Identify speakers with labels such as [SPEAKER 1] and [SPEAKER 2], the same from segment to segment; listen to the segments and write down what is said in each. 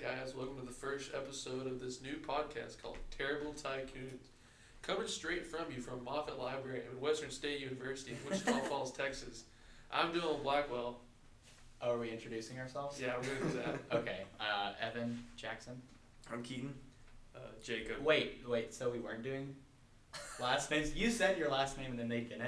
[SPEAKER 1] guys. Welcome to the first episode of this new podcast called Terrible Tycoons. Coming straight from you from Moffat Library at Western State University in Wichita Falls, Texas. I'm Dylan Blackwell.
[SPEAKER 2] Oh, are we introducing ourselves?
[SPEAKER 1] Yeah, we're going to do that.
[SPEAKER 2] Okay. Uh, Evan Jackson.
[SPEAKER 3] I'm Keaton.
[SPEAKER 1] Uh, Jacob.
[SPEAKER 2] Wait, wait. So we weren't doing last names. You said your last name and then they didn't.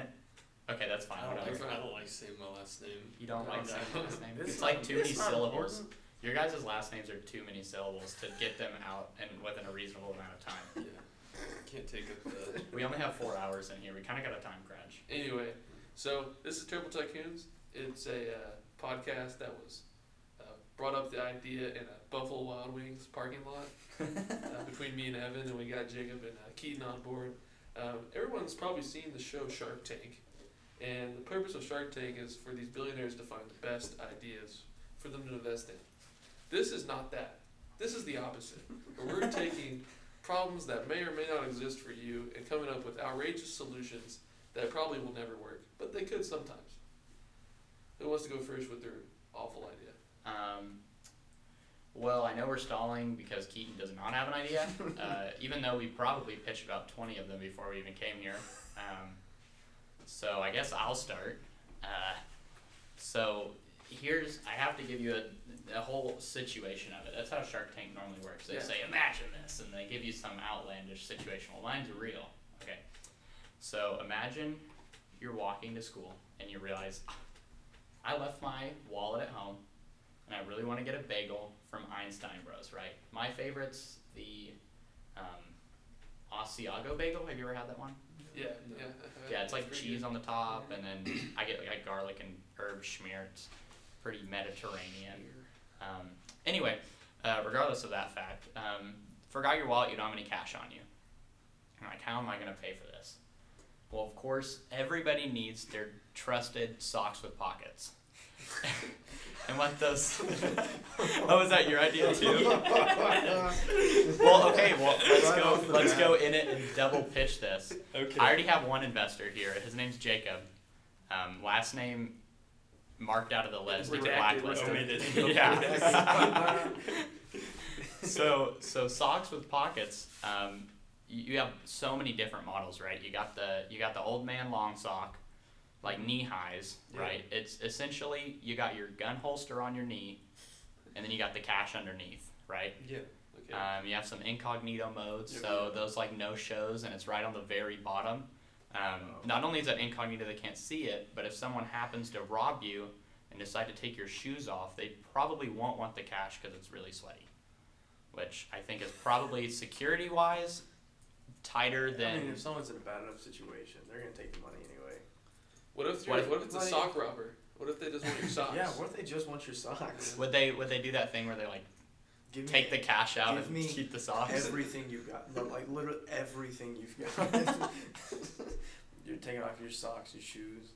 [SPEAKER 2] Oh, Okay, that's fine.
[SPEAKER 1] I don't
[SPEAKER 2] Whatever.
[SPEAKER 1] think-
[SPEAKER 4] I don't like saying my last name.
[SPEAKER 2] You don't like
[SPEAKER 1] No.
[SPEAKER 2] saying your last name.
[SPEAKER 3] This
[SPEAKER 2] It's
[SPEAKER 3] is
[SPEAKER 2] like
[SPEAKER 3] not-
[SPEAKER 2] too many
[SPEAKER 3] this is not
[SPEAKER 2] syllables. Your guys' last names are too many syllables to get them out and within a reasonable amount of time.
[SPEAKER 4] Yeah. Can't take up the.
[SPEAKER 2] We only have four hours in here. We kind of got a time crunch.
[SPEAKER 1] Anyway, so this is Terrible Tycoons. It's a uh, podcast that was uh, brought up the idea in a Buffalo Wild Wings parking lot uh, between me and Evan, and we got Jacob and uh, Keaton on board. Um, everyone's probably seen the show Shark Tank, and the purpose of Shark Tank is for these billionaires to find the best ideas for them to invest in. This is not that. This is the opposite. Where we're taking problems that may or may not exist for you and coming up with outrageous solutions that probably will never work, but they could sometimes. Who wants to go first with their awful idea?
[SPEAKER 2] Um, well, I know we're stalling because Keaton does not have an idea, uh, even though we probably pitched about 20 of them before we even came here. Um, so I guess I'll start. Uh, so here's, I have to give you a, a whole situation of it. That's how Shark Tank normally works. They
[SPEAKER 1] Yeah.
[SPEAKER 2] say, imagine this, and they give you some outlandish situation. Well, mine's real. Okay. So imagine you're walking to school and you realize, "Ah, I left my wallet at home and I really want to get a bagel from Einstein Bros, right? My favorite's the um, Asiago bagel. Have you ever had that one?
[SPEAKER 1] Yeah,
[SPEAKER 4] No.
[SPEAKER 1] yeah.
[SPEAKER 2] Yeah, it's like
[SPEAKER 1] pretty
[SPEAKER 2] cheese
[SPEAKER 1] good.
[SPEAKER 2] on the top, and then I get like garlic and herb schmear. It's pretty Mediterranean. Um, anyway, uh, regardless of that fact, um, forgot your wallet. You don't have any cash on you. I'm like, how am I gonna pay for this? Well, of course, everybody needs their trusted socks with pockets. and what those? oh, was that your idea too? Well, okay. Well, let's
[SPEAKER 3] Right
[SPEAKER 2] go.
[SPEAKER 3] off the
[SPEAKER 2] Let's
[SPEAKER 3] bat.
[SPEAKER 2] go in it and double pitch this.
[SPEAKER 4] Okay.
[SPEAKER 2] I already have one investor here. His name's Jacob. Um, last name marked out of the list. You can
[SPEAKER 1] Redacted,
[SPEAKER 2] blacklist him.
[SPEAKER 4] omitted.
[SPEAKER 2] yeah. so so socks with pockets. Um, you, you have so many different models, right? You got the you got the old man long sock, like knee highs,
[SPEAKER 4] Yeah.
[SPEAKER 2] right? It's essentially you got your gun holster on your knee, and then you got the cash underneath, right?
[SPEAKER 4] yeah.
[SPEAKER 1] Okay.
[SPEAKER 2] Um, you have some incognito modes,
[SPEAKER 4] Yeah.
[SPEAKER 2] so those like no shows, and it's right on the very bottom. Um,
[SPEAKER 4] Oh.
[SPEAKER 2] Not only is that incognito, they can't see it, but if someone happens to rob you and decide to take your shoes off, they probably won't want the cash because it's really sweaty, which I think is probably security wise tighter
[SPEAKER 3] I
[SPEAKER 2] than.
[SPEAKER 3] mean, if someone's in a bad enough situation, they're gonna take the money anyway.
[SPEAKER 1] what if
[SPEAKER 2] what
[SPEAKER 1] what,
[SPEAKER 2] if-
[SPEAKER 1] what if it's a
[SPEAKER 3] like-
[SPEAKER 1] sock robber? What if they just want your socks?
[SPEAKER 3] Yeah, what if they just want your socks?
[SPEAKER 2] would they would they do that thing where they like
[SPEAKER 3] Give
[SPEAKER 2] take the cash out
[SPEAKER 3] give
[SPEAKER 2] and
[SPEAKER 3] me
[SPEAKER 2] keep the socks?
[SPEAKER 3] everything you've got. No, like literally everything you've got. You're taking off your socks, your shoes.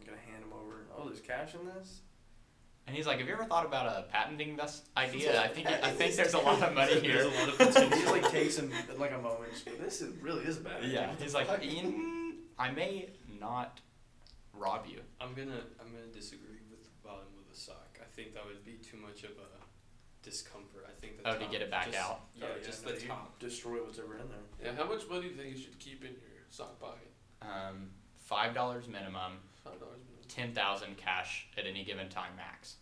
[SPEAKER 3] I'm gonna hand them over. Oh, there's cash in this.
[SPEAKER 2] And he's like, "Have you ever thought about a patenting this idea? I think I think there's a lot of money here."
[SPEAKER 4] There's a lot of
[SPEAKER 3] So he
[SPEAKER 4] potential.
[SPEAKER 3] just like takes him like a moment. just, This is really is a bad. idea.
[SPEAKER 2] Yeah, he's like, "Mm, I may not rob you.
[SPEAKER 4] I'm gonna I'm gonna disagree with the bottom of the sock. I think that would be too much of a discomfort. I think the
[SPEAKER 2] Oh,
[SPEAKER 4] top,
[SPEAKER 2] to get it back
[SPEAKER 4] just,
[SPEAKER 2] out.
[SPEAKER 4] Yeah,
[SPEAKER 3] Oh, yeah,
[SPEAKER 4] just
[SPEAKER 3] no,
[SPEAKER 4] the
[SPEAKER 3] you
[SPEAKER 4] top.
[SPEAKER 3] Destroy whatever in there.
[SPEAKER 1] Yeah, how much money do you think you should keep in your sock pocket?
[SPEAKER 2] Um, Five dollars minimum,
[SPEAKER 1] Five dollars minimum.
[SPEAKER 2] ten thousand cash at any given time max.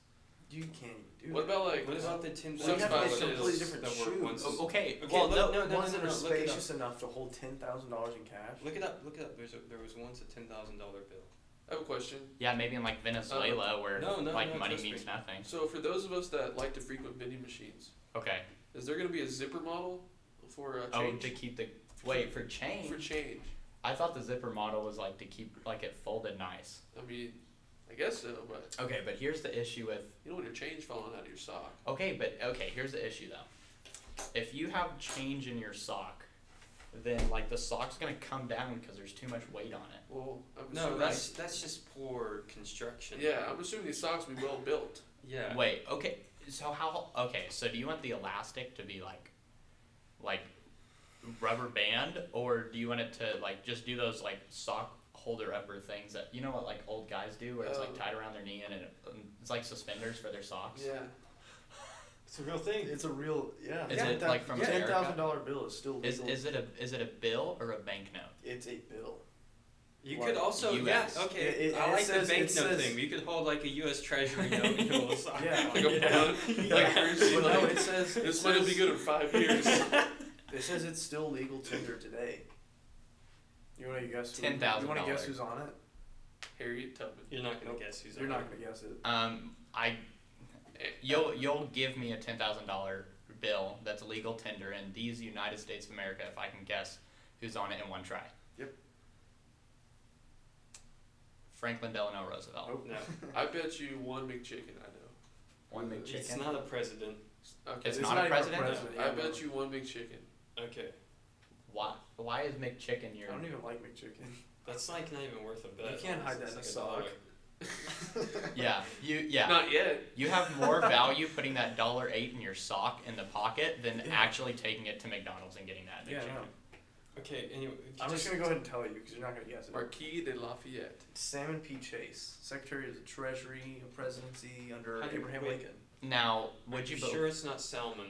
[SPEAKER 3] You can't even do.
[SPEAKER 1] What
[SPEAKER 3] that.
[SPEAKER 1] about like
[SPEAKER 4] what
[SPEAKER 1] this-
[SPEAKER 4] about the tin
[SPEAKER 1] Well, you have to
[SPEAKER 4] boxes
[SPEAKER 1] get completely
[SPEAKER 3] different
[SPEAKER 4] that were
[SPEAKER 3] shoes.
[SPEAKER 4] once?
[SPEAKER 2] O- Okay,
[SPEAKER 4] Okay,
[SPEAKER 2] well,
[SPEAKER 4] look,
[SPEAKER 2] no,
[SPEAKER 4] no, no,
[SPEAKER 3] ones
[SPEAKER 4] no,
[SPEAKER 3] that
[SPEAKER 4] no,
[SPEAKER 3] are
[SPEAKER 4] look it up.
[SPEAKER 3] spacious enough to hold ten thousand dollars in cash.
[SPEAKER 4] Look it up. Look it up. There's a, there was once a ten thousand dollar bill.
[SPEAKER 1] I have a question.
[SPEAKER 2] yeah, maybe in like Venezuela where
[SPEAKER 4] Oh, no, no,
[SPEAKER 2] like
[SPEAKER 4] no,
[SPEAKER 2] money
[SPEAKER 4] trust me.
[SPEAKER 2] means nothing.
[SPEAKER 1] So for those of us that like to frequent vending machines,
[SPEAKER 2] Okay.
[SPEAKER 1] is there going to be a zipper model for uh,
[SPEAKER 2] Oh,
[SPEAKER 1] change?
[SPEAKER 2] to keep the wait for change.
[SPEAKER 1] For change.
[SPEAKER 2] I thought the zipper model was like to keep like it folded nice.
[SPEAKER 1] I mean, I guess so, but
[SPEAKER 2] Okay, but here's the issue with
[SPEAKER 1] you don't want your change falling out of your sock.
[SPEAKER 2] Okay, but okay, here's the issue though. If you have change in your sock, then like the sock's gonna come down because there's too much weight on it.
[SPEAKER 1] Well, I'm
[SPEAKER 4] No,
[SPEAKER 1] assuming
[SPEAKER 4] that's that's just poor construction.
[SPEAKER 1] yeah, I'm assuming these socks will be well built.
[SPEAKER 4] Yeah.
[SPEAKER 2] Wait, okay, so how? Okay, so do you want the elastic to be like, like, rubber band, or do you want it to like just do those like sock holder upper things that you know what like old guys do, where it's like
[SPEAKER 1] Oh.
[SPEAKER 2] um, tied around their knee and it, it's like suspenders for their socks?
[SPEAKER 1] Yeah.
[SPEAKER 4] It's a real thing.
[SPEAKER 3] It's a real yeah.
[SPEAKER 2] Is
[SPEAKER 3] yeah,
[SPEAKER 2] it,
[SPEAKER 3] that-
[SPEAKER 2] like, from
[SPEAKER 3] yeah, ten
[SPEAKER 2] America?
[SPEAKER 3] thousand dollar bill is still
[SPEAKER 2] Is,
[SPEAKER 3] legal.
[SPEAKER 2] is it a is it a bill or a banknote?
[SPEAKER 3] it's a bill.
[SPEAKER 4] You
[SPEAKER 3] Why-
[SPEAKER 4] could also
[SPEAKER 2] US.
[SPEAKER 4] yeah okay.
[SPEAKER 3] It- it-
[SPEAKER 4] I
[SPEAKER 3] it
[SPEAKER 4] like
[SPEAKER 3] says- it
[SPEAKER 4] the banknote
[SPEAKER 3] says-
[SPEAKER 4] thing. You could hold like a U.S. Treasury note in your little sock.
[SPEAKER 3] Yeah.
[SPEAKER 1] Like a pound. Like
[SPEAKER 4] Yeah.
[SPEAKER 1] currency.
[SPEAKER 3] But no,
[SPEAKER 1] Like,
[SPEAKER 3] it says it
[SPEAKER 1] this money will be
[SPEAKER 3] says-
[SPEAKER 1] good in five years.
[SPEAKER 3] It says it's still legal tender today. You want to guess? who- You want
[SPEAKER 2] $10,000.
[SPEAKER 3] to guess who's on it?
[SPEAKER 1] Harriet Tubman.
[SPEAKER 4] You're not gonna
[SPEAKER 3] Nope.
[SPEAKER 4] guess who's.
[SPEAKER 3] You're
[SPEAKER 4] on
[SPEAKER 3] not
[SPEAKER 4] it.
[SPEAKER 3] gonna guess it.
[SPEAKER 2] Um, I you'll you'll give me a ten thousand dollar bill that's a legal tender in these United States of America if I can guess who's on it in one try.
[SPEAKER 3] Yep.
[SPEAKER 2] Franklin Delano Roosevelt.
[SPEAKER 3] Nope.
[SPEAKER 4] Oh, No.
[SPEAKER 1] I bet you one McChicken. I
[SPEAKER 2] One big
[SPEAKER 3] It's
[SPEAKER 2] chicken.
[SPEAKER 4] It's not a president.
[SPEAKER 1] know. Okay.
[SPEAKER 2] It's
[SPEAKER 1] so
[SPEAKER 2] not a
[SPEAKER 3] even
[SPEAKER 2] president?
[SPEAKER 1] I
[SPEAKER 3] yeah,
[SPEAKER 1] bet
[SPEAKER 3] no.
[SPEAKER 1] you one McChicken.
[SPEAKER 4] Okay,
[SPEAKER 2] Why why is McChicken your
[SPEAKER 3] I don't even like McChicken.
[SPEAKER 4] that's like not even worth a bet.
[SPEAKER 3] You can't hide that in a
[SPEAKER 4] It's
[SPEAKER 3] sock.
[SPEAKER 4] like
[SPEAKER 2] Yeah. You yeah.
[SPEAKER 1] Not yet.
[SPEAKER 2] You have more value putting that dollar eight in your sock in the pocket than
[SPEAKER 3] Yeah.
[SPEAKER 2] actually taking it to McDonald's and getting that
[SPEAKER 3] Yeah,
[SPEAKER 2] McChicken.
[SPEAKER 3] no.
[SPEAKER 4] dog. Okay, anyway. if you
[SPEAKER 3] I'm just gonna go ahead and tell you because you're not gonna guess it.
[SPEAKER 1] Marquis de Lafayette.
[SPEAKER 3] Salmon P. Chase, Secretary of the Treasury, a presidency under
[SPEAKER 4] How do you-
[SPEAKER 3] Abraham
[SPEAKER 4] wait.
[SPEAKER 3] Lincoln.
[SPEAKER 2] Now, would you
[SPEAKER 4] you
[SPEAKER 2] vote
[SPEAKER 4] sure it's not salmon?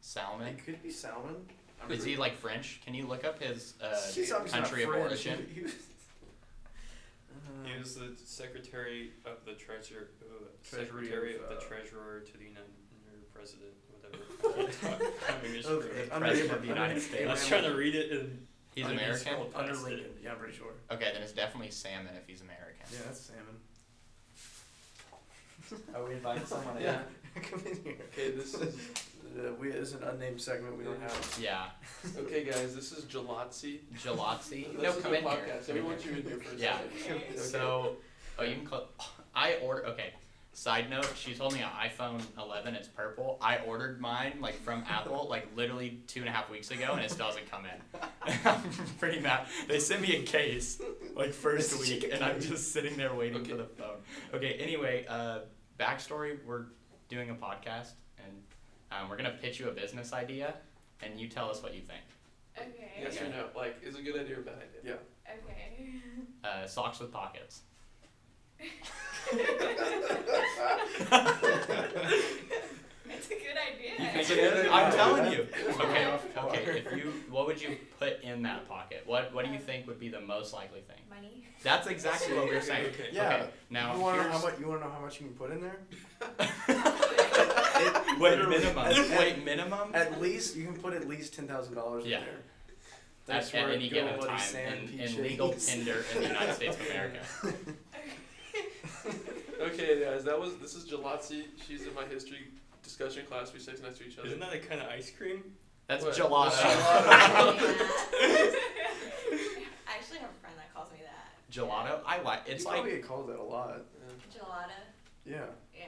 [SPEAKER 2] Salmon?
[SPEAKER 3] It could be salmon. I'm
[SPEAKER 2] Is he
[SPEAKER 3] pretty-
[SPEAKER 2] like French? Can you look up his
[SPEAKER 3] He's
[SPEAKER 2] uh,
[SPEAKER 3] obviously not
[SPEAKER 2] country of
[SPEAKER 3] French.
[SPEAKER 2] origin?
[SPEAKER 3] He was- Uh,
[SPEAKER 4] He was the Secretary of the Treasure, uh,
[SPEAKER 3] Treasury
[SPEAKER 4] Secretary
[SPEAKER 3] of,
[SPEAKER 4] of,
[SPEAKER 3] uh,
[SPEAKER 4] the Treasurer to the United or President, whatever. I'm English
[SPEAKER 3] of-
[SPEAKER 4] for it.
[SPEAKER 3] under
[SPEAKER 2] President
[SPEAKER 3] Abra-
[SPEAKER 2] of the United
[SPEAKER 3] under
[SPEAKER 2] States.
[SPEAKER 4] I was
[SPEAKER 3] Abraham
[SPEAKER 4] trying to
[SPEAKER 3] Lincoln.
[SPEAKER 4] read it and
[SPEAKER 2] He's
[SPEAKER 4] I didn't
[SPEAKER 2] American?
[SPEAKER 4] scroll past
[SPEAKER 3] Under
[SPEAKER 4] it.
[SPEAKER 3] Lincoln, yeah, I'm pretty sure.
[SPEAKER 2] Okay, then it's definitely salmon if he's American.
[SPEAKER 3] Yeah, that's salmon.
[SPEAKER 2] Are we inviting someone
[SPEAKER 3] in? Yeah. Come in here.
[SPEAKER 1] Okay, this is
[SPEAKER 3] Uh, we it's an unnamed segment. We don't have.
[SPEAKER 2] Yeah.
[SPEAKER 1] okay, guys. This is Gelatzi.
[SPEAKER 2] Gelatzi?
[SPEAKER 1] This
[SPEAKER 2] no,
[SPEAKER 1] is
[SPEAKER 2] come
[SPEAKER 1] a
[SPEAKER 2] in here.
[SPEAKER 1] podcast.
[SPEAKER 2] Come
[SPEAKER 1] We
[SPEAKER 2] in
[SPEAKER 1] want
[SPEAKER 2] here.
[SPEAKER 1] you in here for a
[SPEAKER 2] Yeah.
[SPEAKER 1] second. Okay.
[SPEAKER 2] So, oh, you can close. I order. Okay. Side note: She told me an iPhone 11. It's purple. I ordered mine like from Apple, like literally two and a half weeks ago, and it still doesn't come in. I'm pretty mad. They sent me a case like first
[SPEAKER 3] It's a
[SPEAKER 2] week,
[SPEAKER 3] chicken
[SPEAKER 2] and I'm
[SPEAKER 3] case.
[SPEAKER 2] just sitting there waiting
[SPEAKER 1] Okay.
[SPEAKER 2] for the phone. Okay. Anyway, uh, backstory: We're doing a podcast, and um, we're gonna pitch you a business idea, and you tell us what you think.
[SPEAKER 5] Okay.
[SPEAKER 1] Yes or no? Like, is it a good idea or a bad idea?
[SPEAKER 5] Okay.
[SPEAKER 2] Uh, socks with pockets.
[SPEAKER 5] It's a good idea.
[SPEAKER 2] You think it
[SPEAKER 5] actually.
[SPEAKER 2] is?
[SPEAKER 3] Yeah.
[SPEAKER 2] I'm telling you. Okay,
[SPEAKER 5] Yeah.
[SPEAKER 2] okay. If you, what would you put in that pocket? What What do you think would be the most likely thing?
[SPEAKER 5] Money.
[SPEAKER 2] That's exactly what we were saying.
[SPEAKER 4] Okay.
[SPEAKER 3] Yeah.
[SPEAKER 2] Okay. Now
[SPEAKER 3] you want to know how
[SPEAKER 2] here's-
[SPEAKER 3] much? You want to know how much you can put in there?
[SPEAKER 2] wait
[SPEAKER 3] literally-
[SPEAKER 2] minimum. Wait minimum.
[SPEAKER 3] At least you can put at least ten thousand dollars in
[SPEAKER 2] Yeah.
[SPEAKER 3] there.
[SPEAKER 2] At, at
[SPEAKER 3] where
[SPEAKER 2] any
[SPEAKER 3] good
[SPEAKER 2] given
[SPEAKER 3] old buddy
[SPEAKER 2] time
[SPEAKER 3] Sam
[SPEAKER 2] in,
[SPEAKER 3] Peaches-
[SPEAKER 2] in legal tender in the United States of America.
[SPEAKER 1] Okay, guys. That was this is Gelatzi. She's in my history discussion class. We sit next to each other.
[SPEAKER 4] Isn't that a kind of ice cream?
[SPEAKER 2] That's
[SPEAKER 1] What?
[SPEAKER 2] gelato.
[SPEAKER 1] Gelato.
[SPEAKER 5] I actually have a friend that calls me that.
[SPEAKER 2] gelato. I like. It's
[SPEAKER 3] you
[SPEAKER 2] like
[SPEAKER 3] probably get called that a lot.
[SPEAKER 5] Gelato.
[SPEAKER 3] Yeah.
[SPEAKER 5] Yeah.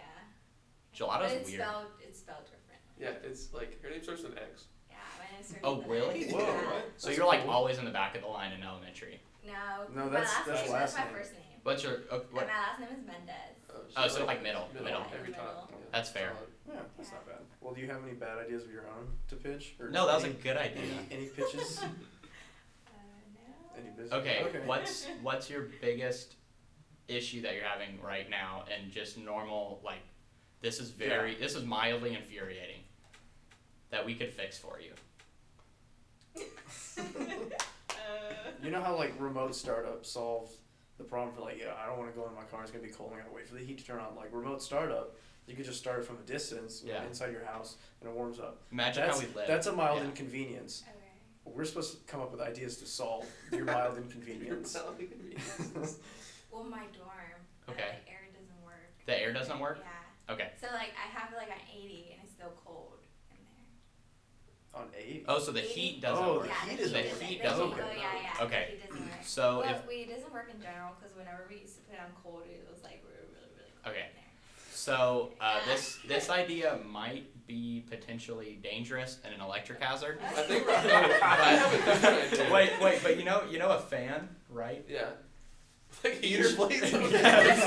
[SPEAKER 2] gelato's
[SPEAKER 5] but it's
[SPEAKER 2] weird.
[SPEAKER 5] spelled it's spelled different.
[SPEAKER 1] yeah, it's like her name starts with an X.
[SPEAKER 5] Yeah, my name's
[SPEAKER 2] Oh, really?
[SPEAKER 5] Yeah.
[SPEAKER 3] Whoa,
[SPEAKER 2] So
[SPEAKER 3] That's
[SPEAKER 2] you're like
[SPEAKER 3] cool.
[SPEAKER 2] always in the back of the line in elementary.
[SPEAKER 5] No.
[SPEAKER 3] No,
[SPEAKER 5] my
[SPEAKER 3] that's-
[SPEAKER 5] last
[SPEAKER 3] that's
[SPEAKER 5] name
[SPEAKER 3] last
[SPEAKER 5] is my
[SPEAKER 3] name.
[SPEAKER 5] first name.
[SPEAKER 2] What's your uh,
[SPEAKER 5] And
[SPEAKER 2] what?
[SPEAKER 5] my last name is Mendez.
[SPEAKER 1] she's
[SPEAKER 2] Oh, so like middle,
[SPEAKER 1] middle,
[SPEAKER 2] middle.
[SPEAKER 1] every time. Yeah,
[SPEAKER 2] That's fair.
[SPEAKER 1] solid.
[SPEAKER 3] Yeah, that's not bad. Well, do you have any bad ideas of your own to pitch? Or
[SPEAKER 2] No, that was a
[SPEAKER 3] any,
[SPEAKER 2] good idea.
[SPEAKER 3] Any, any pitches?
[SPEAKER 5] Uh, no.
[SPEAKER 3] any business?
[SPEAKER 2] Okay,
[SPEAKER 3] Okay.
[SPEAKER 2] what's what's your biggest issue that you're having right now and just normal like this is very this is mildly infuriating that we could fix for you.
[SPEAKER 5] uh,
[SPEAKER 3] You know how like remote startup solve the problem for like yeah I don't want to go in my car it's gonna be cold I gotta wait for the heat to turn on like remote startup you could just start it from a distance you know,
[SPEAKER 2] Yeah.
[SPEAKER 3] inside your house and it warms up.
[SPEAKER 2] Imagine
[SPEAKER 3] that's,
[SPEAKER 2] how we live.
[SPEAKER 3] that's a mild
[SPEAKER 2] Yeah.
[SPEAKER 3] inconvenience.
[SPEAKER 5] okay.
[SPEAKER 3] We're supposed to come up with ideas to solve your mild inconvenience.
[SPEAKER 1] Solid ingredients.
[SPEAKER 5] Well, my dorm.
[SPEAKER 2] Okay.
[SPEAKER 5] The air doesn't work.
[SPEAKER 2] the air doesn't work?
[SPEAKER 5] Yeah.
[SPEAKER 2] Okay.
[SPEAKER 5] So like I have like an 80 and it's still cold in there.
[SPEAKER 3] On eight.
[SPEAKER 2] Oh, so the
[SPEAKER 5] Eighty?
[SPEAKER 2] heat doesn't
[SPEAKER 3] Oh,
[SPEAKER 2] work.
[SPEAKER 3] the
[SPEAKER 5] yeah,
[SPEAKER 3] heat
[SPEAKER 5] the
[SPEAKER 3] is over.
[SPEAKER 5] heat doesn't-
[SPEAKER 2] The heat
[SPEAKER 5] the
[SPEAKER 2] doesn't
[SPEAKER 5] heat-
[SPEAKER 2] work.
[SPEAKER 5] Oh yeah, yeah.
[SPEAKER 2] Okay.
[SPEAKER 5] The heat doesn't work.
[SPEAKER 2] So
[SPEAKER 5] well,
[SPEAKER 2] if
[SPEAKER 5] we, it doesn't work in general because whenever we used to put it on cold, it was like we were really really cold
[SPEAKER 2] Okay.
[SPEAKER 5] in there.
[SPEAKER 2] so uh, this this idea might be potentially dangerous and an electric hazard.
[SPEAKER 1] I think we're good. I have a different idea.
[SPEAKER 2] wait, wait, but you know you know a fan, right?
[SPEAKER 1] Yeah. Like heater blades. on it.
[SPEAKER 2] Yes.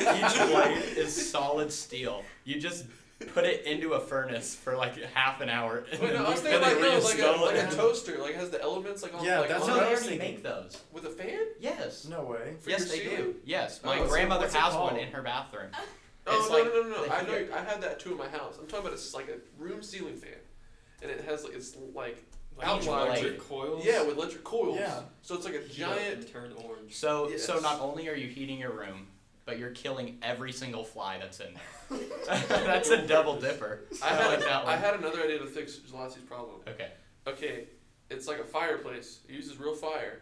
[SPEAKER 2] Each blade is solid steel. You just put it into a furnace for like half an hour. And
[SPEAKER 1] Wait,
[SPEAKER 2] then
[SPEAKER 1] no, I was
[SPEAKER 2] you-
[SPEAKER 1] thinking like,
[SPEAKER 2] and
[SPEAKER 1] no,
[SPEAKER 2] then
[SPEAKER 1] like
[SPEAKER 2] reinstall
[SPEAKER 1] a, like
[SPEAKER 2] it.
[SPEAKER 1] a toaster, like has the elements like on
[SPEAKER 3] Yeah,
[SPEAKER 1] like
[SPEAKER 3] that's
[SPEAKER 1] on
[SPEAKER 2] no,
[SPEAKER 3] what
[SPEAKER 2] they
[SPEAKER 1] it.
[SPEAKER 3] I was
[SPEAKER 2] already
[SPEAKER 3] thinking.
[SPEAKER 2] make those.
[SPEAKER 1] with a fan.
[SPEAKER 2] Yes.
[SPEAKER 3] No way.
[SPEAKER 1] For
[SPEAKER 2] Yes,
[SPEAKER 1] your
[SPEAKER 2] they
[SPEAKER 1] ceiling?
[SPEAKER 2] do. Yes,
[SPEAKER 1] Oh,
[SPEAKER 2] my
[SPEAKER 1] what's it-
[SPEAKER 2] grandmother
[SPEAKER 3] what's it
[SPEAKER 2] has
[SPEAKER 3] called?
[SPEAKER 2] one in her bathroom.
[SPEAKER 1] Oh
[SPEAKER 2] It's
[SPEAKER 1] no,
[SPEAKER 2] like
[SPEAKER 1] no no no
[SPEAKER 2] the
[SPEAKER 1] I know
[SPEAKER 2] heater.
[SPEAKER 1] I have that too in my house. I'm talking about it's like a room ceiling fan, and it has like it's like
[SPEAKER 4] Like
[SPEAKER 1] Outlines
[SPEAKER 4] electric
[SPEAKER 2] are-
[SPEAKER 4] coils.
[SPEAKER 1] yeah with electric coils.
[SPEAKER 3] Yeah.
[SPEAKER 1] So it's like a
[SPEAKER 4] Heat up
[SPEAKER 1] giant.
[SPEAKER 4] and turn orange.
[SPEAKER 2] So so
[SPEAKER 1] Yes.
[SPEAKER 2] not only are you heating your room, but you're killing every single fly that's in there. that's a double dipper.
[SPEAKER 1] I
[SPEAKER 2] I
[SPEAKER 1] had
[SPEAKER 2] like
[SPEAKER 1] I
[SPEAKER 2] that one.
[SPEAKER 1] had another idea to fix Gelasi's problem.
[SPEAKER 2] Okay.
[SPEAKER 1] Okay, it's like a fireplace. It uses real fire,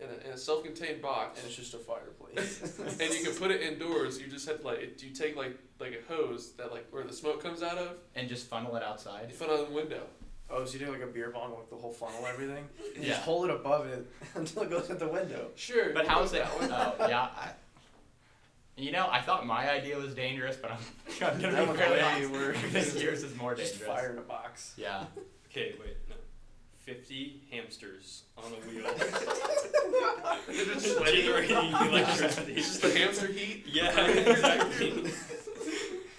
[SPEAKER 1] in a, in a self-contained box,
[SPEAKER 3] And it's just a fireplace.
[SPEAKER 1] and you can put it indoors. You just have like it, you take like like a hose that like where the smoke comes out of.
[SPEAKER 2] And just funnel it
[SPEAKER 1] You
[SPEAKER 2] outside.
[SPEAKER 1] put it on the window.
[SPEAKER 3] oh, so you do like a beer bong with the whole funnel, everything? You
[SPEAKER 2] Yeah.
[SPEAKER 3] just hold it above it until it goes out the window.
[SPEAKER 1] Sure.
[SPEAKER 2] But how is it?
[SPEAKER 1] that one?
[SPEAKER 2] Oh yeah. I, you know, I thought my idea was dangerous, but I'm, I'm gonna
[SPEAKER 3] That
[SPEAKER 2] be
[SPEAKER 3] one's
[SPEAKER 2] fairly
[SPEAKER 3] way
[SPEAKER 2] honest.
[SPEAKER 3] worse.
[SPEAKER 2] This yours is more
[SPEAKER 3] Just
[SPEAKER 2] dangerous.
[SPEAKER 3] fire in a box.
[SPEAKER 2] Yeah.
[SPEAKER 4] Okay, wait, no. Fifty hamsters on a wheel.
[SPEAKER 1] They're just
[SPEAKER 4] generating electricity.
[SPEAKER 1] It's just the hamster heat.
[SPEAKER 4] yeah, exactly.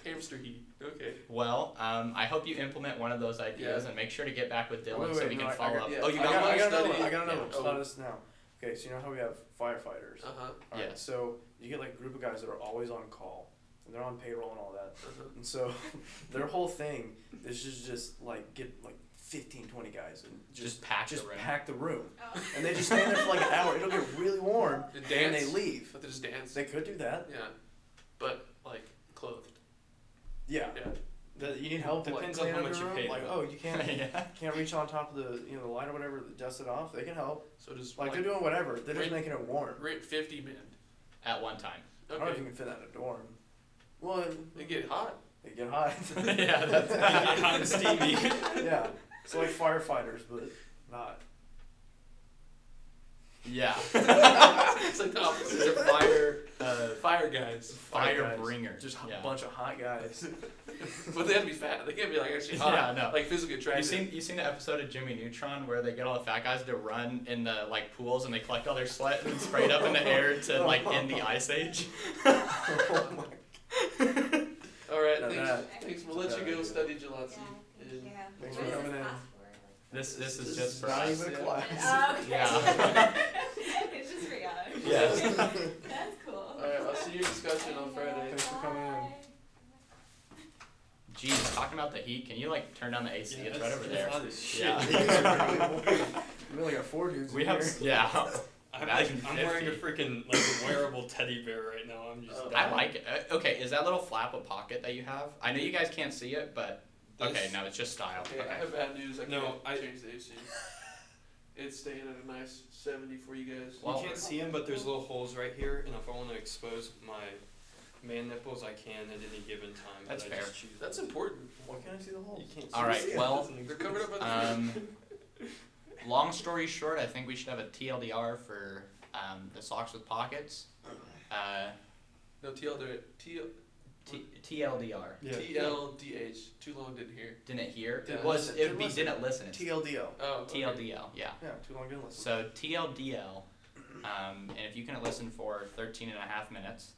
[SPEAKER 1] Hamster heat. Okay.
[SPEAKER 2] Well, um, I hope you implement one of those ideas
[SPEAKER 1] Yeah.
[SPEAKER 2] and make sure to get back with Dylan
[SPEAKER 3] Wait,
[SPEAKER 2] so
[SPEAKER 3] wait,
[SPEAKER 2] we
[SPEAKER 3] no,
[SPEAKER 2] can
[SPEAKER 3] I- I
[SPEAKER 2] follow
[SPEAKER 3] got-
[SPEAKER 2] up.
[SPEAKER 3] yeah,
[SPEAKER 2] Oh, you
[SPEAKER 3] I
[SPEAKER 2] got,
[SPEAKER 1] got
[SPEAKER 2] one?
[SPEAKER 3] I got another
[SPEAKER 1] study?
[SPEAKER 3] one. I got another
[SPEAKER 1] Yeah.
[SPEAKER 3] one.
[SPEAKER 1] Oh.
[SPEAKER 3] Start us now. Okay, so you know how we have firefighters.
[SPEAKER 1] Uh huh.
[SPEAKER 3] All right,
[SPEAKER 2] Yes.
[SPEAKER 3] So you get like a group of guys that are always on call, and they're on payroll and all that.
[SPEAKER 1] Uh-huh.
[SPEAKER 3] And so their whole thing is just just like get like 15, 20 guys and
[SPEAKER 2] Just,
[SPEAKER 3] just
[SPEAKER 2] pack
[SPEAKER 3] just
[SPEAKER 2] the room.
[SPEAKER 3] pack the room.
[SPEAKER 5] Oh.
[SPEAKER 3] And they just stand there for like an hour. It'll get really warm,
[SPEAKER 1] And
[SPEAKER 3] and
[SPEAKER 1] dance.
[SPEAKER 3] they leave.
[SPEAKER 1] But they just dance.
[SPEAKER 3] They could do that.
[SPEAKER 1] Yeah. But like clothed.
[SPEAKER 3] Yeah.
[SPEAKER 1] Yeah.
[SPEAKER 3] That you need help.
[SPEAKER 4] Depends on
[SPEAKER 3] like,
[SPEAKER 4] how
[SPEAKER 3] clean up
[SPEAKER 4] much
[SPEAKER 3] your
[SPEAKER 4] you
[SPEAKER 3] room.
[SPEAKER 4] pay
[SPEAKER 3] Like
[SPEAKER 4] them.
[SPEAKER 3] oh you can't
[SPEAKER 2] yeah.
[SPEAKER 3] can't reach on top of the you know the light or whatever. Dust it off. They can help.
[SPEAKER 1] So just
[SPEAKER 3] Like,
[SPEAKER 1] like,
[SPEAKER 3] they're doing whatever. They're just
[SPEAKER 1] Right.
[SPEAKER 3] making it warm.
[SPEAKER 1] rent fifty men.
[SPEAKER 2] At one time.
[SPEAKER 3] I don't know if
[SPEAKER 1] Okay.
[SPEAKER 3] you can fit that in a dorm. Well,
[SPEAKER 1] They get hot.
[SPEAKER 3] they get hot.
[SPEAKER 2] yeah, that's
[SPEAKER 4] Hot and steamy.
[SPEAKER 3] yeah. It's like firefighters, but not.
[SPEAKER 2] Yeah.
[SPEAKER 1] It's like the
[SPEAKER 2] oh,
[SPEAKER 1] opposite. They're fire.
[SPEAKER 2] Uh,
[SPEAKER 1] Fire guys.
[SPEAKER 2] fire
[SPEAKER 3] guys.
[SPEAKER 2] bringer.
[SPEAKER 3] Just a
[SPEAKER 2] yeah.
[SPEAKER 3] bunch of hot guys.
[SPEAKER 1] But they have to be fat. They can't be like actually hot.
[SPEAKER 2] Yeah, no.
[SPEAKER 1] Like physically
[SPEAKER 2] You
[SPEAKER 1] attractive.
[SPEAKER 2] seen you seen the episode of Jimmy Neutron where they get all the fat guys to run in the like pools and they collect all their sweat and spray it up in the air to like end the ice age?
[SPEAKER 3] oh my.
[SPEAKER 1] All right.
[SPEAKER 3] No,
[SPEAKER 1] thanks.
[SPEAKER 5] that-
[SPEAKER 1] Thanks. We'll let
[SPEAKER 3] That's
[SPEAKER 1] you
[SPEAKER 3] a
[SPEAKER 1] go
[SPEAKER 3] bad
[SPEAKER 1] study
[SPEAKER 5] Yeah,
[SPEAKER 1] gelati.
[SPEAKER 5] thank you.
[SPEAKER 1] And-
[SPEAKER 3] Thanks
[SPEAKER 5] What
[SPEAKER 3] for
[SPEAKER 5] is
[SPEAKER 3] coming
[SPEAKER 5] this
[SPEAKER 3] in.
[SPEAKER 5] class for? Like-
[SPEAKER 2] This this
[SPEAKER 1] This
[SPEAKER 2] is
[SPEAKER 1] is
[SPEAKER 2] just for
[SPEAKER 3] not
[SPEAKER 2] us.
[SPEAKER 3] even a
[SPEAKER 1] yeah.
[SPEAKER 3] class.
[SPEAKER 5] Oh, okay.
[SPEAKER 2] Yeah.
[SPEAKER 5] it's just for y'all.
[SPEAKER 2] Yes.
[SPEAKER 5] That's cool.
[SPEAKER 1] All right. I'll see you in discussion on Friday.
[SPEAKER 3] Thanks for coming in.
[SPEAKER 5] Bye.
[SPEAKER 2] Jeez, talking about the heat, can you like turn down the AC?
[SPEAKER 4] Yeah,
[SPEAKER 2] it's right
[SPEAKER 4] that's-
[SPEAKER 2] over
[SPEAKER 4] that's
[SPEAKER 2] there.
[SPEAKER 4] hot as shit.
[SPEAKER 2] Yeah.
[SPEAKER 3] we only got four dudes.
[SPEAKER 2] we
[SPEAKER 3] in
[SPEAKER 2] have
[SPEAKER 3] Here.
[SPEAKER 2] yeah.
[SPEAKER 4] I'm,
[SPEAKER 2] Imagine
[SPEAKER 4] I'm wearing a
[SPEAKER 2] 50.
[SPEAKER 4] freaking like wearable teddy bear right now. I'm just.
[SPEAKER 1] Oh.
[SPEAKER 2] I like it. Uh, Okay, is that little flap a pocket that you have? I know you guys can't see it, but
[SPEAKER 4] This-
[SPEAKER 2] okay, no, it's just style.
[SPEAKER 1] Okay, I
[SPEAKER 2] Okay.
[SPEAKER 1] have bad news. I
[SPEAKER 4] No,
[SPEAKER 1] can't
[SPEAKER 4] I-
[SPEAKER 1] change the AC. It's staying at a nice 70 for you guys.
[SPEAKER 4] You
[SPEAKER 2] Well-
[SPEAKER 4] can't see them, but there's little holes right here, and if I want to expose my man nipples, I can at any given time.
[SPEAKER 2] That's
[SPEAKER 4] but I
[SPEAKER 2] fair.
[SPEAKER 4] Just choose
[SPEAKER 1] That's important.
[SPEAKER 3] Why can't I see the holes?
[SPEAKER 4] You can't
[SPEAKER 2] All right,
[SPEAKER 4] see it.
[SPEAKER 2] well,
[SPEAKER 4] Doesn't
[SPEAKER 1] They're covered up by the
[SPEAKER 2] Um, long story short, I think we should have a TLDR for um, the socks with pockets. Uh,
[SPEAKER 1] No, TLDR. TL,
[SPEAKER 2] T- TLDR.
[SPEAKER 4] exist. Yeah.
[SPEAKER 1] TLDH. Too long didn't hear.
[SPEAKER 2] Didn't hear. It
[SPEAKER 1] Didn't
[SPEAKER 2] was.
[SPEAKER 3] listen,
[SPEAKER 2] It would
[SPEAKER 3] didn't
[SPEAKER 2] be
[SPEAKER 3] listen.
[SPEAKER 2] didn't listen.
[SPEAKER 3] TLDL.
[SPEAKER 1] Oh. okay.
[SPEAKER 2] TLDL. Yeah.
[SPEAKER 3] Yeah, too long didn't listen.
[SPEAKER 2] So TLDL, um, and if you can listen for 13 and a half minutes,